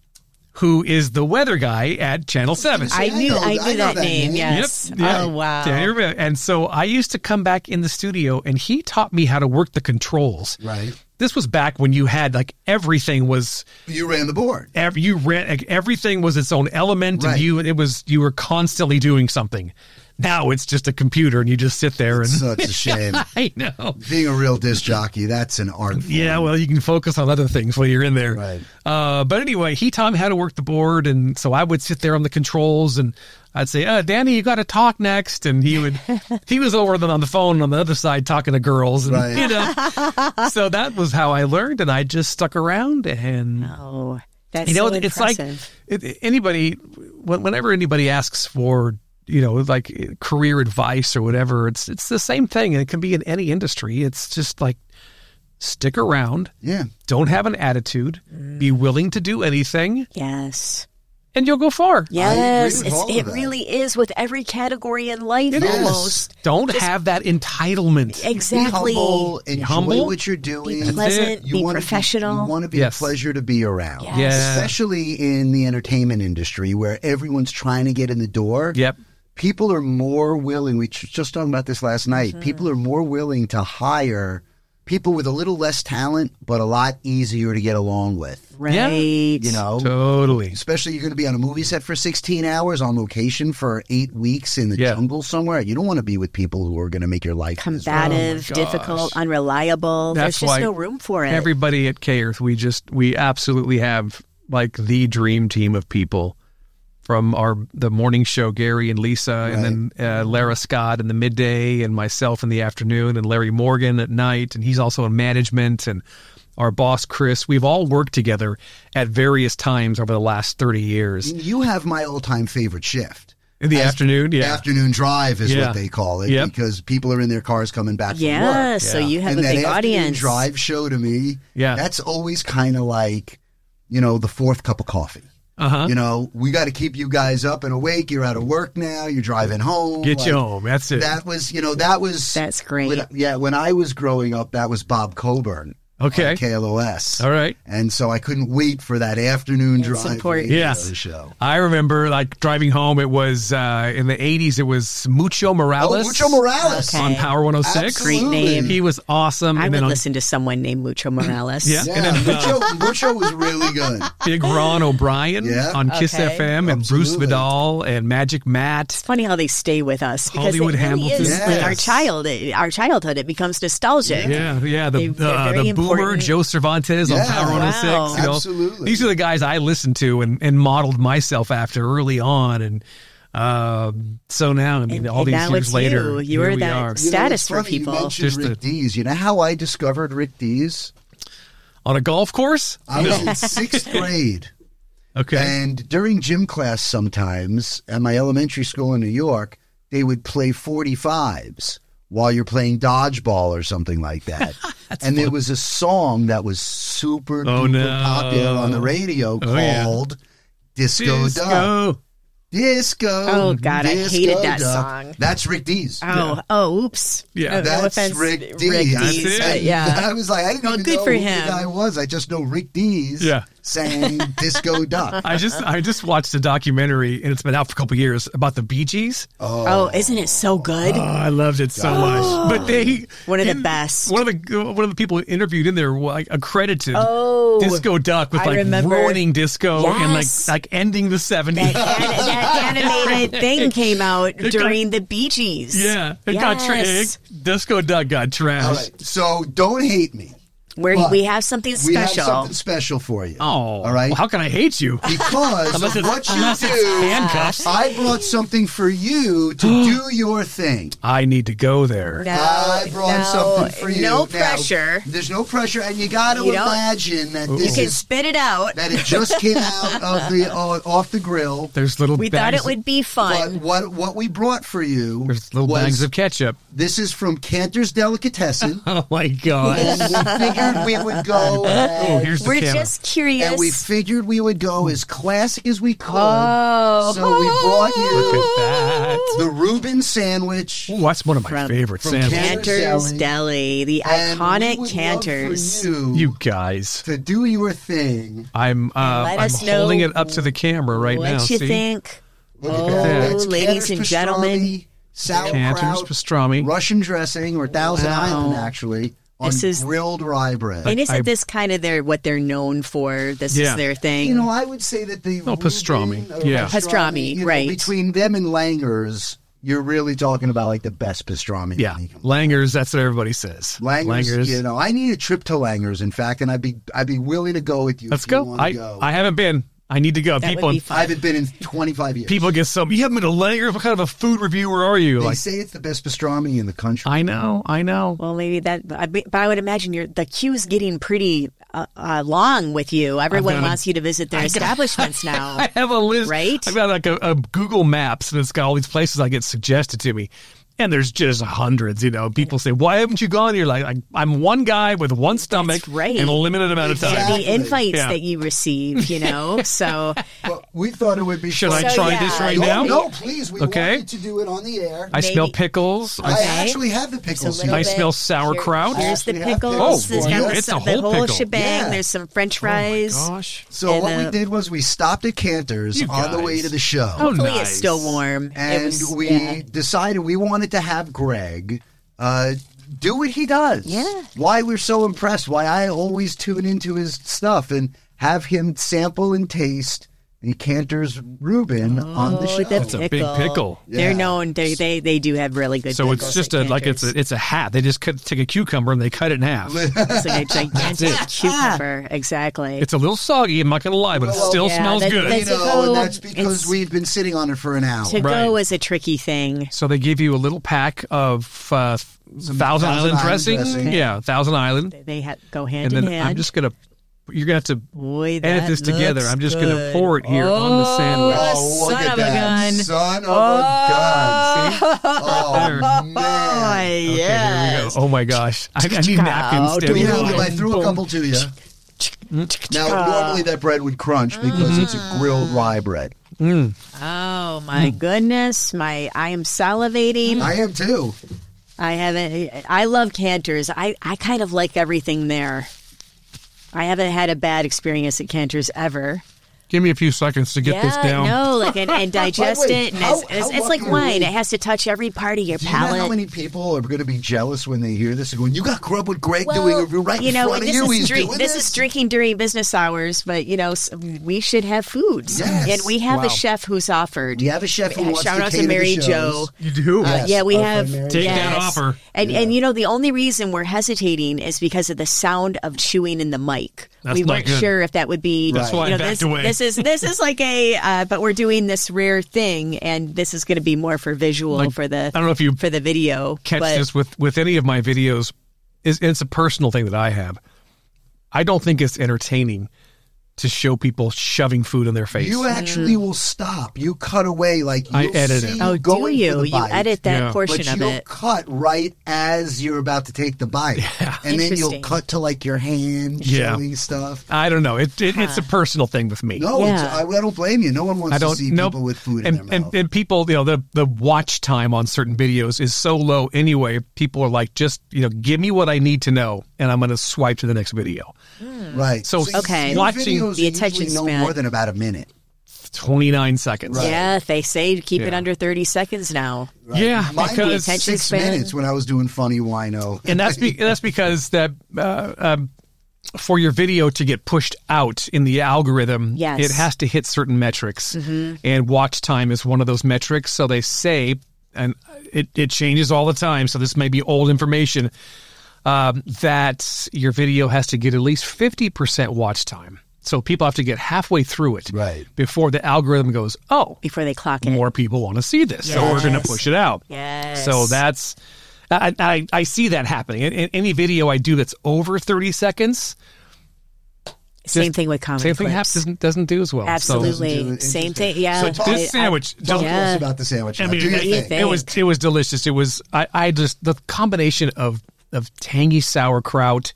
who is the weather guy at Channel 7. I I knew know- I I know knew that that name. name. Yes. Yep. yeah. Oh wow. Danny Romero. And so I used to come back in the studio and he taught me how to work the controls. Right. This was back when you had like everything was You ran the board. ev- you ran like, everything was its own element Right. and you it was you were constantly doing something now it's just a computer and you just sit there and Such a shame. i know Being a real disc jockey, that's an art. form. yeah well you can focus on other things while you're in there Right. uh, but anyway he taught me how to work the board and so i would sit there on the controls and i'd say uh, danny you got to talk next and he would he was over the, on the phone on the other side talking to girls and Right. you know so that was how i learned and i just stuck around and Oh, that's you know so it's like impressive. it, anybody when- whenever anybody asks for you know like career advice or whatever it's it's the same thing and it can be in any industry it's just like stick around Yeah. Mm. don't have an attitude be willing to do anything yes. and you'll go far. Yes, with it's, all of it that. really is with every category in life It is. almost. Don't have that entitlement. Exactly. Be humble. Enjoy humble. what you're doing. Be pleasant, it. be wanna professional. you want to be Yes. a pleasure to be around. Yes. Yeah. Especially in the entertainment industry where everyone's trying to get in the door. Yep. People are more willing, we ch- just talking about this last night, Mm-hmm. people are more willing to hire people with a little less talent, but a lot easier to get along with. right. Yeah. You know? Totally. Especially you're going to be on a movie set for 16 hours on location for eight weeks in the Yeah. jungle somewhere. You don't want to be with people who are going to make your life miserable. Combative, Oh my gosh. difficult, unreliable. That's There's just why no room for it. Everybody at K Earth, we just we absolutely have like the dream team of people from our the morning show Gary and Lisa and then uh, Lara Scott in the midday and myself in the afternoon and Larry Morgan at night and he's also in management and our boss Chris we've all worked together at various times over the last 30 years You have my all time favorite shift. in the As- afternoon yeah Afternoon drive is Yeah. what they call it Yep. because people are in their cars coming back from work. yeah, so Yeah. you have and a that big afternoon audience. drive show to me, Yeah. that's always kind of like, you know, the fourth cup of coffee. uh-huh You know, we got to keep you guys up and awake. You're out of work now. You're driving home. get Like, you home that's it That was, you know, that was. That's great. when- yeah, when I was growing up, that was Bob Coburn. on Okay. KLOS. all right And so I couldn't wait for that afternoon drive. support. radio Yes. Show. I remember like driving home. It was uh, in the '80s. It was Mucho Morales. Oh, Lucho Morales. Okay. on Power 106. Absolutely. Great name. He was awesome. I and would then on listen to someone named Lucho Morales. Yeah. Yeah, Lucho, Lucho was really good. Big Ron O'Brien Yeah. on Kiss Okay. FM and Bruce Absolutely. Vidal and Magic Matt. It's funny how they stay with us because Hollywood it really Hamilton. is like our Yes. child, our childhood. It becomes nostalgic. Yeah, yeah. The They- they're uh, very the boomer important. Joe Cervantes on Yeah. Power Wow. 106. You know, Absolutely. These are the guys I listened to and, and modeled myself after early on, and um, so now I mean, And- all and these now years it's later, you. You here are we that are You know, Status it's for funny you people. mentioned Just Rick Dees. You know how I discovered Rick Dees? on a golf course. I was in sixth grade, Okay, and during gym class, sometimes at my elementary school in New York, they would play 45s while you're playing dodgeball or something like that. and there was a song that was super Oh, duper no. Oh, popular on the radio yeah. called Disco, Disco. Dub. Disco. Oh, God, I Disco hated that Dub. song. That's Rick Dees. Oh, oh, oops. Yeah. No, no That's offense, Rick Dees. Rick Dees, it. but yeah. I was like, I didn't Well, even good know for who him. the guy was. I just know Rick Dees Yeah. sang Disco Duck. I just I just watched a documentary and it's been out for a couple years about the Bee Gees. Oh, isn't it so good? Oh, I loved it so much. But they One of the in- best. One of the one of the people interviewed in there like accredited Oh. Disco Duck with I like remember. ruining disco and like Yes. like ending the That, seventies. an- that animated thing came out got- during the Bee Gees. yeah, it got tra- Yes. it- Disco Duck got trashed. All right. So don't hate me. Where But we have something We have special. something special for you. Oh, All right. well, how can I hate you? because Unless of it's, what you unless it's do, handcuffs. I brought something for you to do your thing. I need to go there. No, I brought no, something for you. No Now, pressure. there's no pressure, and you got to You don't- imagine that You this can is spit it out. that it just came out of the uh, off the grill. There's little We thought bags, it would be But fun. what what we brought for you there's little was bags of ketchup. This is from Cantor's Delicatessen. Oh my god. and we figured we would go. oh, As, here's the We're camera. just curious. and we figured we would go as classic as we could. Oh. So we brought Look you at that. the Reuben sandwich. Ooh, that's one of my From- favorite from sandwiches. Canada. Cantor's Deli. Deli, the and we iconic would Cantor's. Love for you, You guys, to do your thing. I'm uh, let I'm us know holding it up to the camera right what now. you see? think? Look at Oh, that. That's ladies Cantor's and pastrami, gentlemen. Cantor's sauerkraut, pastrami. Russian dressing, or Thousand Wow. Island actually on This is- grilled rye bread. And isn't I- this kind of their what they're known for? This Yeah. is their thing. you know, I would say that the Oh, pastrami. Reuben or Yeah. Pastrami, you know, right. Between them and Langer's, you're really talking about like the best pastrami. Yeah, you can Langers. That's what everybody says. Langers, you know, I need a trip to Langers. In fact, and I'd be I'd be willing to go with you. Let's if you go. wanna I go. I haven't been. I need to go. That people would be fun. I haven't been in 25 years. people get so you haven't been to Langers. What kind of a food reviewer are you? they Like say it's the best pastrami in the country. I know, I know. Well, maybe that, I be- but I would imagine your the queue's getting pretty uh, uh, long with you. Everyone gonna- wants you to visit their establishments now. I have a list. Right? I've got like a, a Google Maps, and it's got all these places I get suggested to me. And there's just hundreds, you know. People say, "Why haven't you gone?" You're like, I- "I'm one guy with one stomach right. and a limited amount of time." the Exactly. invites Yeah. that you receive, you know. So, We thought it would be Should I So, try yeah. this right no, now? No, please. We Okay. wanted to do it on the air. I I, smell Maybe. pickles. I- Okay. actually have the pickles There's a here. little I smell bit. sauerkraut. Here- Here's the Actually, I have pickles. pickles There's for got you. the- It's a the whole whole pickle. shebang. Yeah. There's some French oh my fries. gosh. So And, what uh, we did was we stopped at Cantor's You on the way guys. to the show. Oh, Hopefully, nice. it's still warm. It and was- we yeah. decided we wanted to have Greg uh, do what he does. Yeah. Why we're so impressed, why I always tune into his stuff and have him sample and taste the Cantor's Reuben on the Oh, show. the a big pickle. They're Yeah. known. They, they they do have really good. So it's pickles just a at like it's Cantor's. a, it's a hat. They just cut, take a cucumber and they cut it in half. It's like a gigantic cucumber. Exactly. It's a little soggy. I'm not gonna lie, but it still yeah, smells that- good. that- you It's a know, little- and that's it's- because we've been sitting on it for an hour. to go Right. is a tricky thing. so they give you a little pack of uh, Thousand, Island Island dressing. dressing. Yeah, Thousand Island. They ha- go And hand then in hand. I'm just gonna you're gonna have to Boy, edit that this together. looks I'm just gonna good. pour it here on the sandwich. Oh, look Son at of a that. gun. Son of Oh. a gun. There. Oh, man. Boy, Okay, here we go. yes. Oh my gosh. I, I need napkins. Debbie. Yeah, but I Boom, threw a boom. couple to you. Now, normally that bread would crunch Mm-hmm. because it's a grilled rye bread. Oh my Hmm. goodness, my I am salivating. I am too. Hmm. I haven't. I love Cantor's. I I kind of like everything there. I haven't had a bad experience at Cantor's ever. Give me a few seconds to get this down. no, like and, and digest way, it, and how- it's, it's, how it's like lucky are wine. we? It has to touch every part of your Do you know palate. how many people are going to be jealous when they hear this and going, "You got grub with Greg doing a right you know, in front of this you"? is He's drink- doing this, this. is drinking during business hours, but you know, s- we should have foods, Yes. and we have Wow. a chef who's offered. Uh, You have a chef who wants Shout to out cater to Mary the shows. Jo. You do. Uh, yeah, we our have friend Mary Take that yes. offer. And and you know the only reason we're hesitating is because of the sound of chewing in the mic. That's we not weren't good. sure if that would be. That's you why I know, backed this, away. This is this is like a, uh, but we're doing this rare thing, and this is going to be more for visual Like, for the I don't know if you for the video. catch but this with with any of my videos is it's a personal thing that I have. I don't think it's entertaining to show people shoving food in their face. You actually will stop. You cut away like I you'll edit see it. you Oh, do going for you? the You bite, edit that Yeah. portion but of you'll it. cut right as you're about to take the bite, and then you'll Interesting. cut to like your hand Yeah. showing stuff. I don't know. It, it it's a personal thing with me. No, it's, Yeah. I, I don't blame you. No one wants I don't to see know people with food and, in their and, mouth. and people, you know, the the watch time on certain videos is so low anyway. People are like, just you know, give me what I need to know, and I'm going to swipe to the next video. right. so Hmm. Okay. your watching videos the attention usually no span. more than about a minute. Twenty nine seconds. Right. Yeah, they say to keep it Yeah. under thirty seconds now. Yeah, Mine was because attention six span. minutes when I was doing funny wino. and that's be- that's because that uh, um, for your video to get pushed out in the algorithm, Yes. it has to hit certain metrics, and watch time is one of those metrics. So they say, and it it changes all the time. So this may be old information um, that your video has to get at least fifty percent watch time. So people have to get halfway through it Right. before the algorithm goes, oh, Before they clock it. more people want to see this, so we're going to Yes. push it out. Yes. So that's I, I, I see that happening in, in any video I do that's over thirty seconds. same just- thing with comedy. Same thing clips. happens doesn't doesn't do as well. So- Absolutely. Doesn't do it. same Interesting. thing. Yeah. So this sandwich, Talk don't- to us Yeah. about the sandwich. I now. mean, Do your you thing. think? it was it was delicious. It was I, I just the combination of of tangy sauerkraut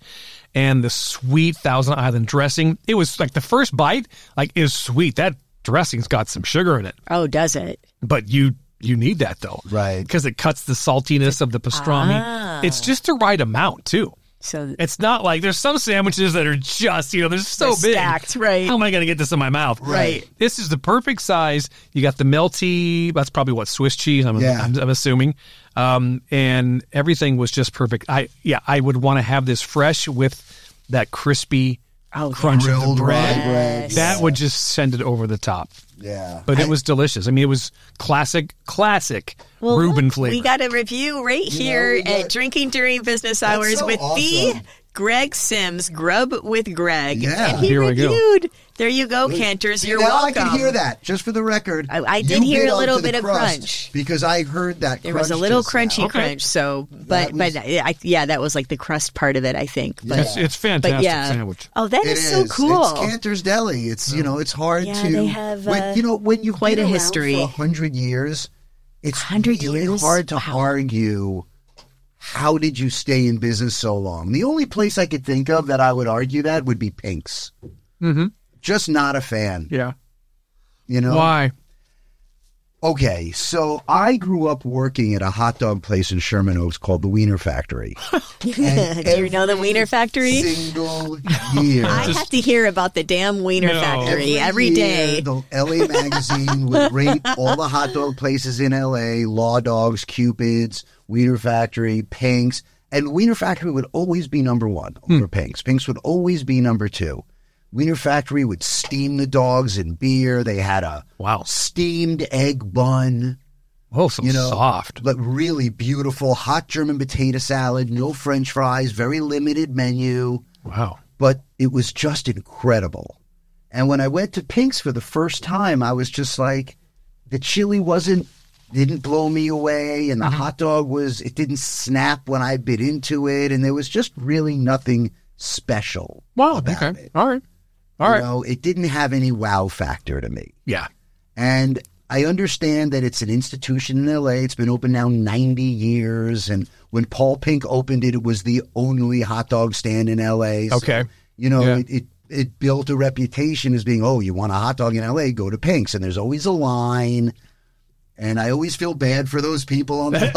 and the sweet Thousand Island dressing. It was like the first bite, like is sweet. That dressing's got some sugar in it, oh, does it? but you you need that though, Right. Because it cuts the saltiness of the pastrami. Ah. It's just the right amount too. So It's not like there's some sandwiches that are just, you know, they're so They're big. stacked, right. How am I going to get this in my mouth? Right. This is the perfect size. You got the melty, that's probably what, Swiss cheese, I'm, Yeah. I'm, I'm assuming. Um, and everything was just perfect. I, yeah, I would want to have this fresh with that crispy Oh, yeah. crunch of grilled the rye bread. bread. That would just send it over the top. yeah. But it was delicious. I mean, it was classic, classic Reuben look, flavor. We got a review right here we got- at Drinking During Business Hours so with the awesome. Greg Sims, Grub with Greg. Yeah. And he Here we go. reviewed. There you go, Cantors. See, You're now welcome. I can hear that. Just for the record, I- I you did hear bit a little onto the bit of crust crunch. because I heard that. There was a little crunchy Okay. crunch, so but was- but I, yeah, that was like the crust part of it, I think. But it's, it's fantastic but yeah, sandwich. oh, that It is is so cool. It's Cantor's Deli. It's you know it's hard Yeah, to they have, uh, when, you know when you quite get a around history. for hundred years. It's 100 really years? hard to argue. How did you stay in business so long? The only place I could think of that I would argue that would be Pink's. Mm-hmm. Just not a fan. Yeah. You know Why? Okay, so I grew up working at a hot dog place in Sherman Oaks called the Wiener Factory. Do you know the Wiener Factory? Single year. I have to hear about the damn Wiener No. Factory every year, day. The LA magazine would rate all the hot dog places in LA Law Dogs, Cupids, Wiener Factory, Pink's. And Wiener Factory would always be number one over Pink's. Pink's would always be number two. Wiener Factory would steam the dogs in beer. They had a Wow. steamed egg bun. Oh, so You know, soft. Like really beautiful hot German potato salad, no french fries, very limited menu, Wow. but it was just incredible. And when I went to Pink's for the first time, I was just like, the chili wasn't, didn't blow me away. And the Uh-huh. hot dog was, it didn't snap when I bit into it. And there was just really nothing special. Wow. about Okay. It. All right. All right. You know, it didn't have any wow factor to me. Yeah. And I understand that it's an institution in LA. It's been open now 90 years. And when Paul Pink opened it, it was the only hot dog stand in LA. So, Okay. You know, Yeah. it, it, it built a reputation as being, oh, you want a hot dog in LA? Go to Pink's. And there's always a line. And I always feel bad for those people on the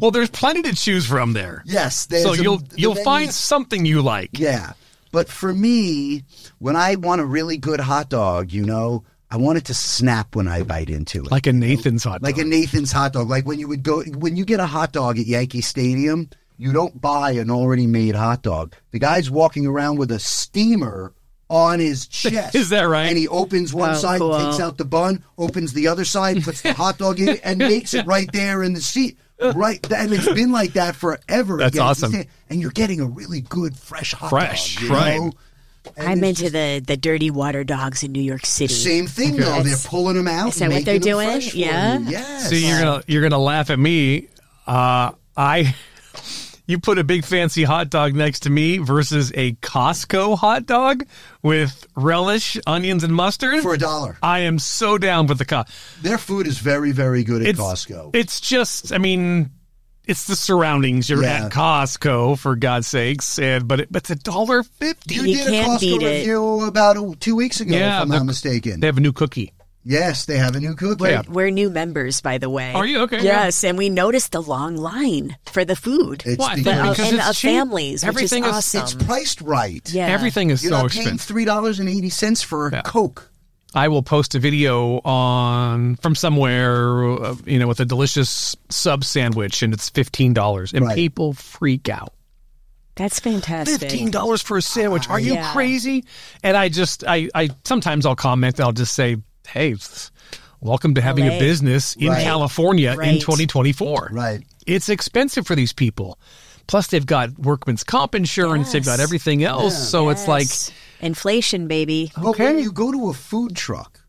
well, there's plenty to choose from there. Yes. there's so a- you'll the you'll menu- find something you like. Yeah. But for me, when I want a really good hot dog, you know, I want it to snap when I bite into it. Like a Nathan's hot like a dog. Nathan's hot dog. Like when you would go when you get a hot dog at Yankee Stadium, you don't buy an already made hot dog. The guy's walking around with a steamer on his chest. Is that right? And he opens one Oh, side, cool. takes out the bun, opens the other side, puts the hot dog in, it, and makes it right there in the seat. Right, and it's been like that forever. at That's Yankee awesome. Stadium. And you're getting a really good fresh hot Fresh, dog. you right. know? And I'm it's into the, the dirty water dogs in New York City. Same thing though. They're That's- pulling them out. is that what making they're them doing? fresh for Yeah. you. Yes. See, you're gonna you're gonna laugh at me. Uh, I you put a big fancy hot dog next to me versus a Costco hot dog with relish, onions, and mustard for a dollar. I am so down with the Costco. Their food is very, very good at Costco. It's just, I mean, it's the surroundings. You're Yeah. at Costco for God's sakes, and but it, but it's a dollar fifty. you, You did a can't Costco beat it. review about a, two weeks ago, Yeah, if I'm the- not mistaken. They have a new cookie. yes, they have a new cookie. Yeah. We're new members, by the way. Are you? Okay, yeah. Yes, and we noticed the long line for the food. It's Why? the- But, uh, Because and it's uh, cheap. families, which is Everything is- awesome. It's priced right. yeah. Everything is You're so not paying expensive. three dollars and eighty cents for Yeah. a Coke. I will post a video on from somewhere, uh, you know, with a delicious sub sandwich, and it's fifteen dollars, and Right. people freak out. That's fantastic. Fifteen dollars for a sandwich? Are you Yeah. crazy? And I just, I, I sometimes I'll comment. I'll just say, "Hey, welcome to having LA. a business in Right. California in Right. 2024." Right. It's expensive for these people. Plus, they've got workman's comp insurance. They've got Yes. everything else. So it's like, Oh, Yes. inflation, baby. But when you go to a food truck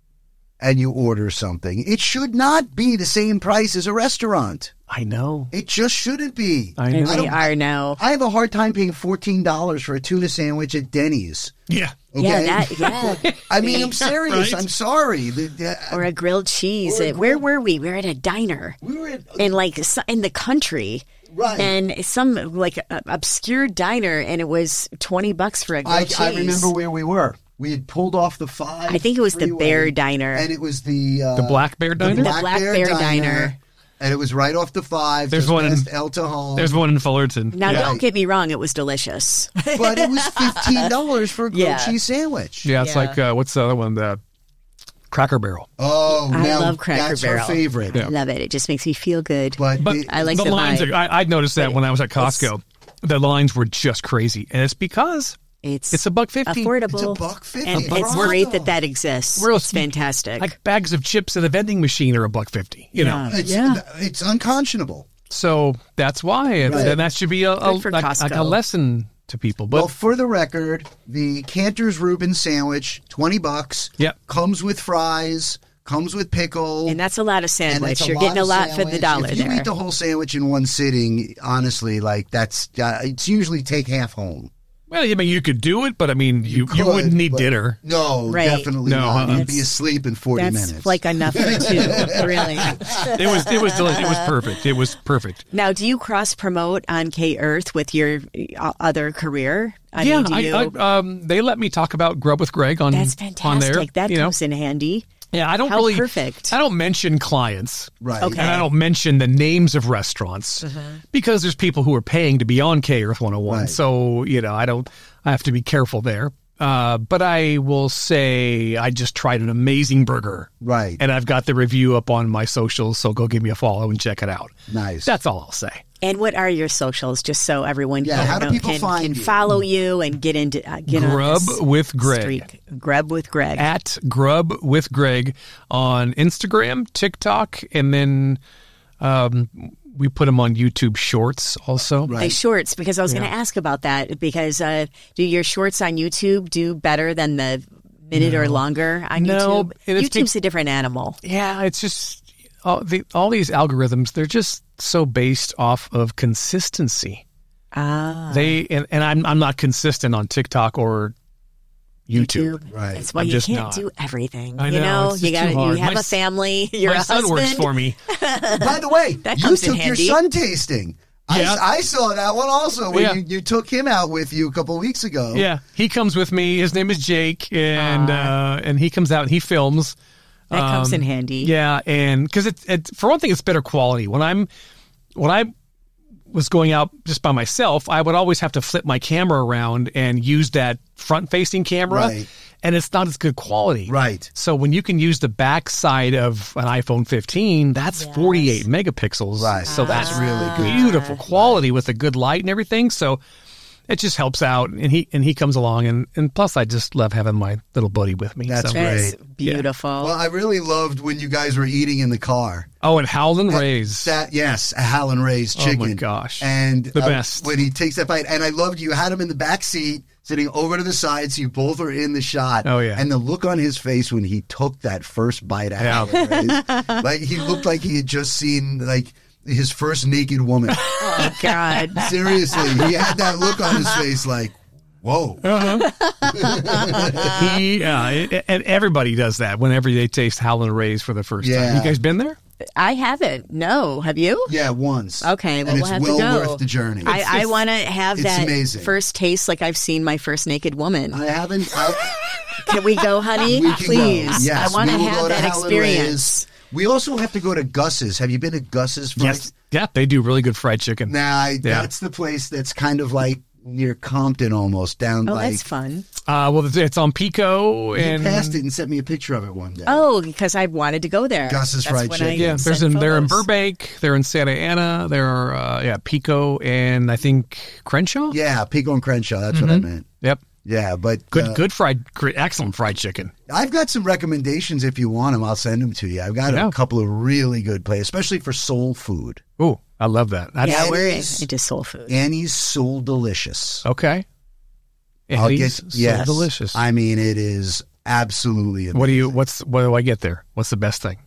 and you order something, it should not be the same price as a restaurant. I know, It just shouldn't be. I And know. we don't- are now. I have a hard time paying fourteen dollars for a tuna sandwich at Denny's. Yeah, Okay? Yeah, that, yeah. I mean, I'm serious. Right. I'm sorry. The- the- or a grilled cheese. Uh, Where were we? We were at a diner we were at in like so- in the country. Right. And some like uh, obscure diner, and it was twenty bucks for a grilled I, cheese. I remember where we were. We had pulled off the five. I think it was the freeway, Bear Diner. and it was the uh, the Black Bear Diner. Black Bear Diner. and it was right off the five. There's just one in- past El Tejon. There's one in Fullerton. Now, yeah. don't get me wrong; it was delicious. but it was fifteen dollars for a grilled Yeah. cheese sandwich. Yeah, it's Yeah. like uh, what's the other one? The Cracker Barrel. Oh, I now love Cracker that's Barrel. our favorite. I love it. It just makes me feel good. But, But it- I like the the lines. line. Are, I, I noticed that when I was at Costco, the lines were just crazy, and it's because It's it's a buck fifty. affordable. it's a buck fifty. And for it's hot great dog. that that exists. Where else it's you- fantastic. Like bags of chips at a vending machine are a buck fifty. You know, It's, yeah. it's unconscionable. so that's why it, Right. then that should be a, a, Good for like, like a Costco. lesson to people. But well, for the record, the Cantor's Reuben sandwich, twenty bucks. Yep. comes with fries, comes with pickle, and that's a lot of sandwich. it's You're getting a of lot for the sandwich. dollar If you there. eat the whole sandwich in one sitting, honestly, like that's uh, it's usually take half home. Well, I mean, you could do it, but I mean, you, you, Could, wouldn't need but- dinner. No, Right. definitely No, not. uh-uh. You'd be asleep in 40 That's minutes. like enough for two, really. It was it was deli- it was perfect. It was perfect. Now, do you cross promote on K Earth with your uh, other career? I yeah, mean, do you? I, I, um, they let me talk about Grub with Greg on that's Mm. on there. fantastic. that you know? comes in handy. Yeah, I don't How really perfect. I don't mention clients. Right. Okay. Uh-huh. And I don't mention the names of restaurants because there's people who are paying to be on K Earth 101. Right. So, you know, I don't, I have to be careful there. Uh, but I will say I just tried an amazing burger. Right. And I've got the review up on my socials. So go give me a follow and check it out. Nice. That's all I'll say. And what are your socials, just so everyone Yeah, can, how do people can, find can you? follow you and get into uh, get Grub on this with Greg. streak. Grub with Greg. At Grub with Greg on Instagram, TikTok, and then um, we put them on YouTube Shorts also. My shorts because I was going to ask about that because uh, do your shorts on YouTube do better than the minute or longer on No, YouTube? and it's be- YouTube's a different animal. yeah, it's just all, the, all these algorithms. They're just so based off of consistency. Ah, They and, and I'm I'm not consistent on TikTok or YouTube. YouTube. Right. That's why I'm you just can't not. do everything. I you know, know, it's you just too got you hard. have a My s- family. You're My a son husband. works for me. By the way, That you comes in took your handy. son tasting. I, Yeah. I saw that one also when Yeah. you, you took him out with you a couple of weeks ago. Yeah, he comes with me. His name is Jake, and Ah. uh, and he comes out and he films. That comes Um, in handy. Yeah, and because it, it for one thing, it's better quality. When I'm when I was going out just by myself, I would always have to flip my camera around and use that front facing camera, Right. and it's not as good quality. Right. So when you can use the back side of an iPhone 15, that's 48 megapixels. Right. So that's That's really good. Beautiful quality with a good light and everything. So it just helps out, and he and he comes along, and and plus I just love having my little buddy with me. That's so. That's Great. beautiful. Well, I really loved when you guys were eating in the car. Oh, and Howlin' Rays. That yes, a Howlin' Ray's Oh my chicken. gosh. and uh, The best. when he takes that bite. And I loved you had him in the back seat, sitting over to the side, so you both are in the shot. Oh, yeah. and the look on his face when he took that first bite of Howlin' Ray's, like he looked like he had just seen like his first naked woman. oh God. Seriously, he had that look on his face, like whoa. he uh, it- and everybody does that whenever they taste Howlin' Rays for the first Yeah. time. You guys been there? I haven't. No, have you? Yeah, once. Okay, well, and we'll it's have well to go. worth the journey. I, I want to have it's that amazing. first taste like I've seen my first naked woman. I haven't. I, Can we go, honey? we can Please. Go. I Yes, want we will have go to that Howlin' experience. Ray's. We also have to go to Gus's. Have you been to Gus's? Fried? Yeah, they do really good fried chicken. Now I, Yeah. that's the place that's kind of like near Compton, almost down Oh, like. that's fun. Uh, well, it's- it's on Pico He and passed it and sent me a picture of it one day. Oh, because I wanted to go there. Gus's That's Fried when Chicken. I yeah, there's in sent they're in photos. Burbank, they're in Santa Ana, there are uh, yeah Pico and I think Crenshaw. Yeah, Pico and Crenshaw. That's what I meant. Yep, Yeah, but Mm-hmm. good uh, good fried, gr excellent fried chicken. I've got some recommendations if you want them. I'll send them to you. I've got Yeah. a couple of really good places, especially for soul food. Ooh, I love that. That's, Yeah, That we're is- into soul food. Annie's Soul Delicious. Okay, And I'll these get so yes. Oh, delicious. I mean, it is absolutely. Amazing. what do you? What's what do I get there? What's the best thing?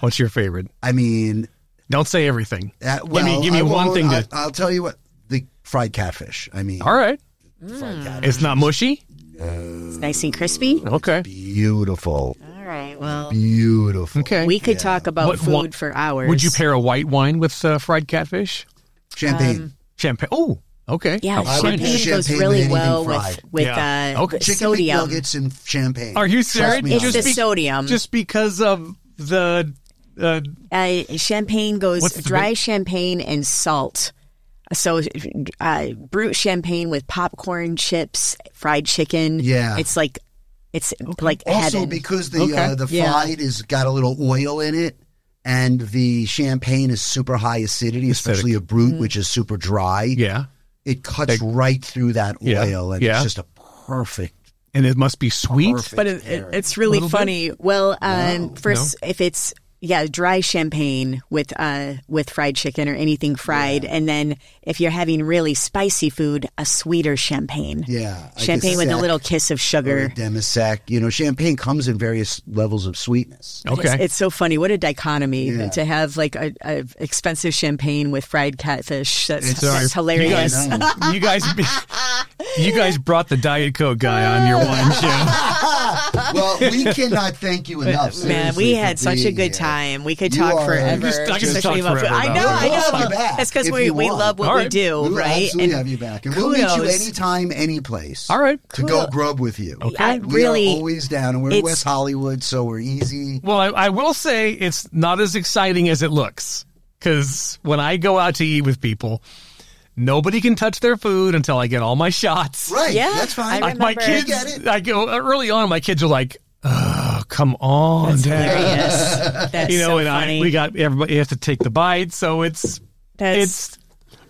What's your favorite? I mean, Don't say everything. Uh, give me give me I one won't- thing I, to. I'll tell you what the fried catfish. I mean, Mm. all right, fried catfish. it's not mushy. It's nice and crispy. Okay. beautiful, All right. Well, beautiful. Oh. Okay. we could talk about What- food what- for hours. Would you pair a white wine with uh, fried catfish? champagne, Um, Champagne. Oh, okay. Yeah, How exciting. champagne goes Champagne really with well anything with fried. with Yeah. uh, Okay. the chicken sodium. nuggets, and champagne. Are you Trust serious? me on It's that. the sodium. Just because of the. Uh, Uh, champagne goes What's the dry big- champagne and salt. So, uh, brute champagne with popcorn chips, fried chicken. Yeah. it's like it's like also heaven. because the Okay. uh, the Yeah. fried has got a little oil in it. And the champagne is super high acidity, especially a brut, Mm. which is super dry. yeah. It cuts right through that Yeah. oil, and Yeah. it's just a perfect. And it must be sweet. Perfect. but it, it, it's really Little bit? funny. Well, um, first if it's yeah, dry champagne with uh, with fried chicken or anything fried, and then if you're having really spicy food, a sweeter champagne. Yeah, like champagne with a sec little kiss of or a sugar. demisec. You know, champagne comes in various levels of sweetness. Okay. It's, it's so funny. What a dichotomy Yeah. to have like a, a expensive champagne with fried catfish. That's, uh, It's- that's Sorry. hilarious. I know. you guys. You guys brought the Diet Coke guy on your wine show. well, we cannot thank you enough. Man, seriously, we for had such a being good here. time. We could You talk are- forever. I could- I could especially talk about food. forever I about know, that. I We'll have know. you back That's because if we, you we want. love what All we right. do, We will right? absolutely And have you back, and we'll meet you kudos. anytime, any place. All right. to go grub with you. Okay. I We really are always down, and we're it's- West Hollywood, so we're easy. Well, I, I will say it's not as exciting as it looks because when I go out to eat with people, nobody can touch their food until I get all my shots. Right? Yeah, that's fine. I Like my remember. kids, I get it. I go early on. My kids are like, "Oh, come on, Dad." hilarious. That's you know, so and funny. I we got everybody you have to take the bite, so it's That's- it's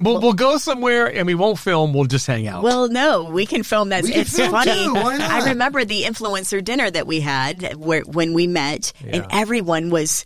we'll we'll go somewhere and we won't film. We'll just hang out. Well, no, we can film that. We can It's film funny. too. Why not? I remember the influencer dinner that we had where, when we met, and everyone was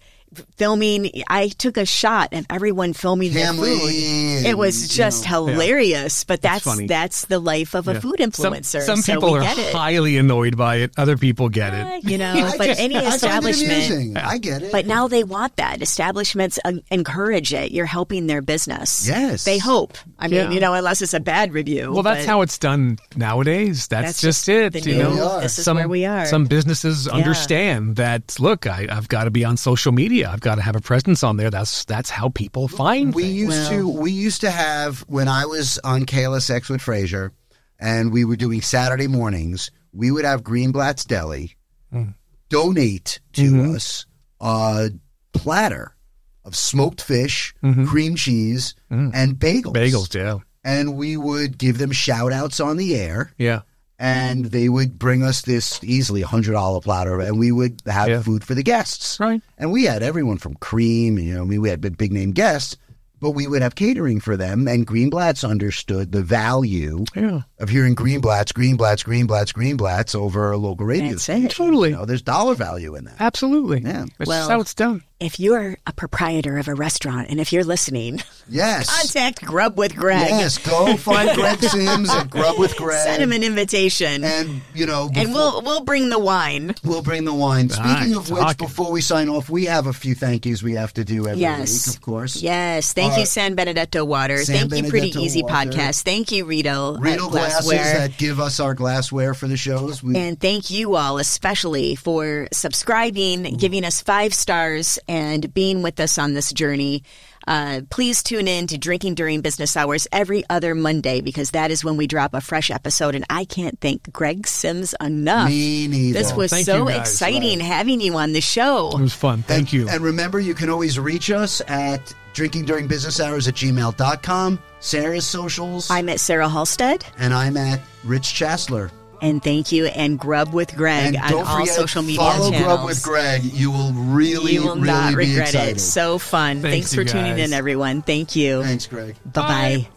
filming. I took a shot of everyone filming Family their food. and, It was just hilarious, but that's funny. that's the life of a food Some- influencer. Some, so people we are get it. highly annoyed by it. Other people get it. you know, but any I find it establishment. amusing. I get it. But now they want that. Establishments uh, encourage it. You're helping their business. Yes. They hope. I mean, Yeah. you know, unless it's a bad review. Well, that's but- how it's done nowadays. That's That's, just just it. the You new- know, We are. this is where we are. Some businesses understand that. Look, I, I've got to be on social media. I've got to have a presence on there. That's that's how people find we things. used to we used to have when I was on KLSX with Frazier, and we were doing Saturday mornings. We would have Greenblatt's Deli Hmm. donate to Mm-hmm. us a platter of smoked fish, cream cheese, and bagels. Mm-hmm. Mm. bagels. Yeah, and we would give them shout outs on the air yeah. and they would bring us this easily $100 platter and we would have Yeah. food for the guests Right. and we had everyone from cream you know I mean, we had big big name guests but we would have catering for them and greenblatt's understood the value Yeah. of hearing greenblatt's greenblatt's greenblatt's greenblatt's over a local radio That's station it. Totally. you know, there's dollar value in that Absolutely. Yeah. That's Well- how it's done. If you're a proprietor of a restaurant and if you're listening, yes contact Grub with Greg. yes go find greg sims and grub with greg Send him an invitation. And, and you know we'll we'll bring the wine. We'll bring the wine. Speaking of which, talking. before we sign off, we have a few thank yous we have to do every Yes. week, of course. Yes. Thank you, San Benedetto Water. San Thank you, Pretty Benedetto Easy Water. Podcast. Thank you, Rito. at Renal glasses Glassware. that give us our glassware for the shows. We, And thank you all, especially for subscribing, giving us five stars, and being with us on this journey. Uh, please tune in to Drinking During Business Hours every other Monday because that is when we drop a fresh episode. And I can't thank Greg Sims enough. me neither. This was Thank so you guys, exciting having you on the show. It was fun. Thank you. And remember, you can always reach us at drinkingduringbusinesshours at gmail.com, Sarah's socials, I'm at Sarah Halstead, and I'm at Rich Chasler. and thank you and Grub with Greg And on don't all forget, social media follow channels. Grub with Greg. You will really, you will really not be regret excited. it. So fun. Thanks, Thanks for you tuning guys. in, everyone. Thank you. Thanks, Greg. Bye-bye.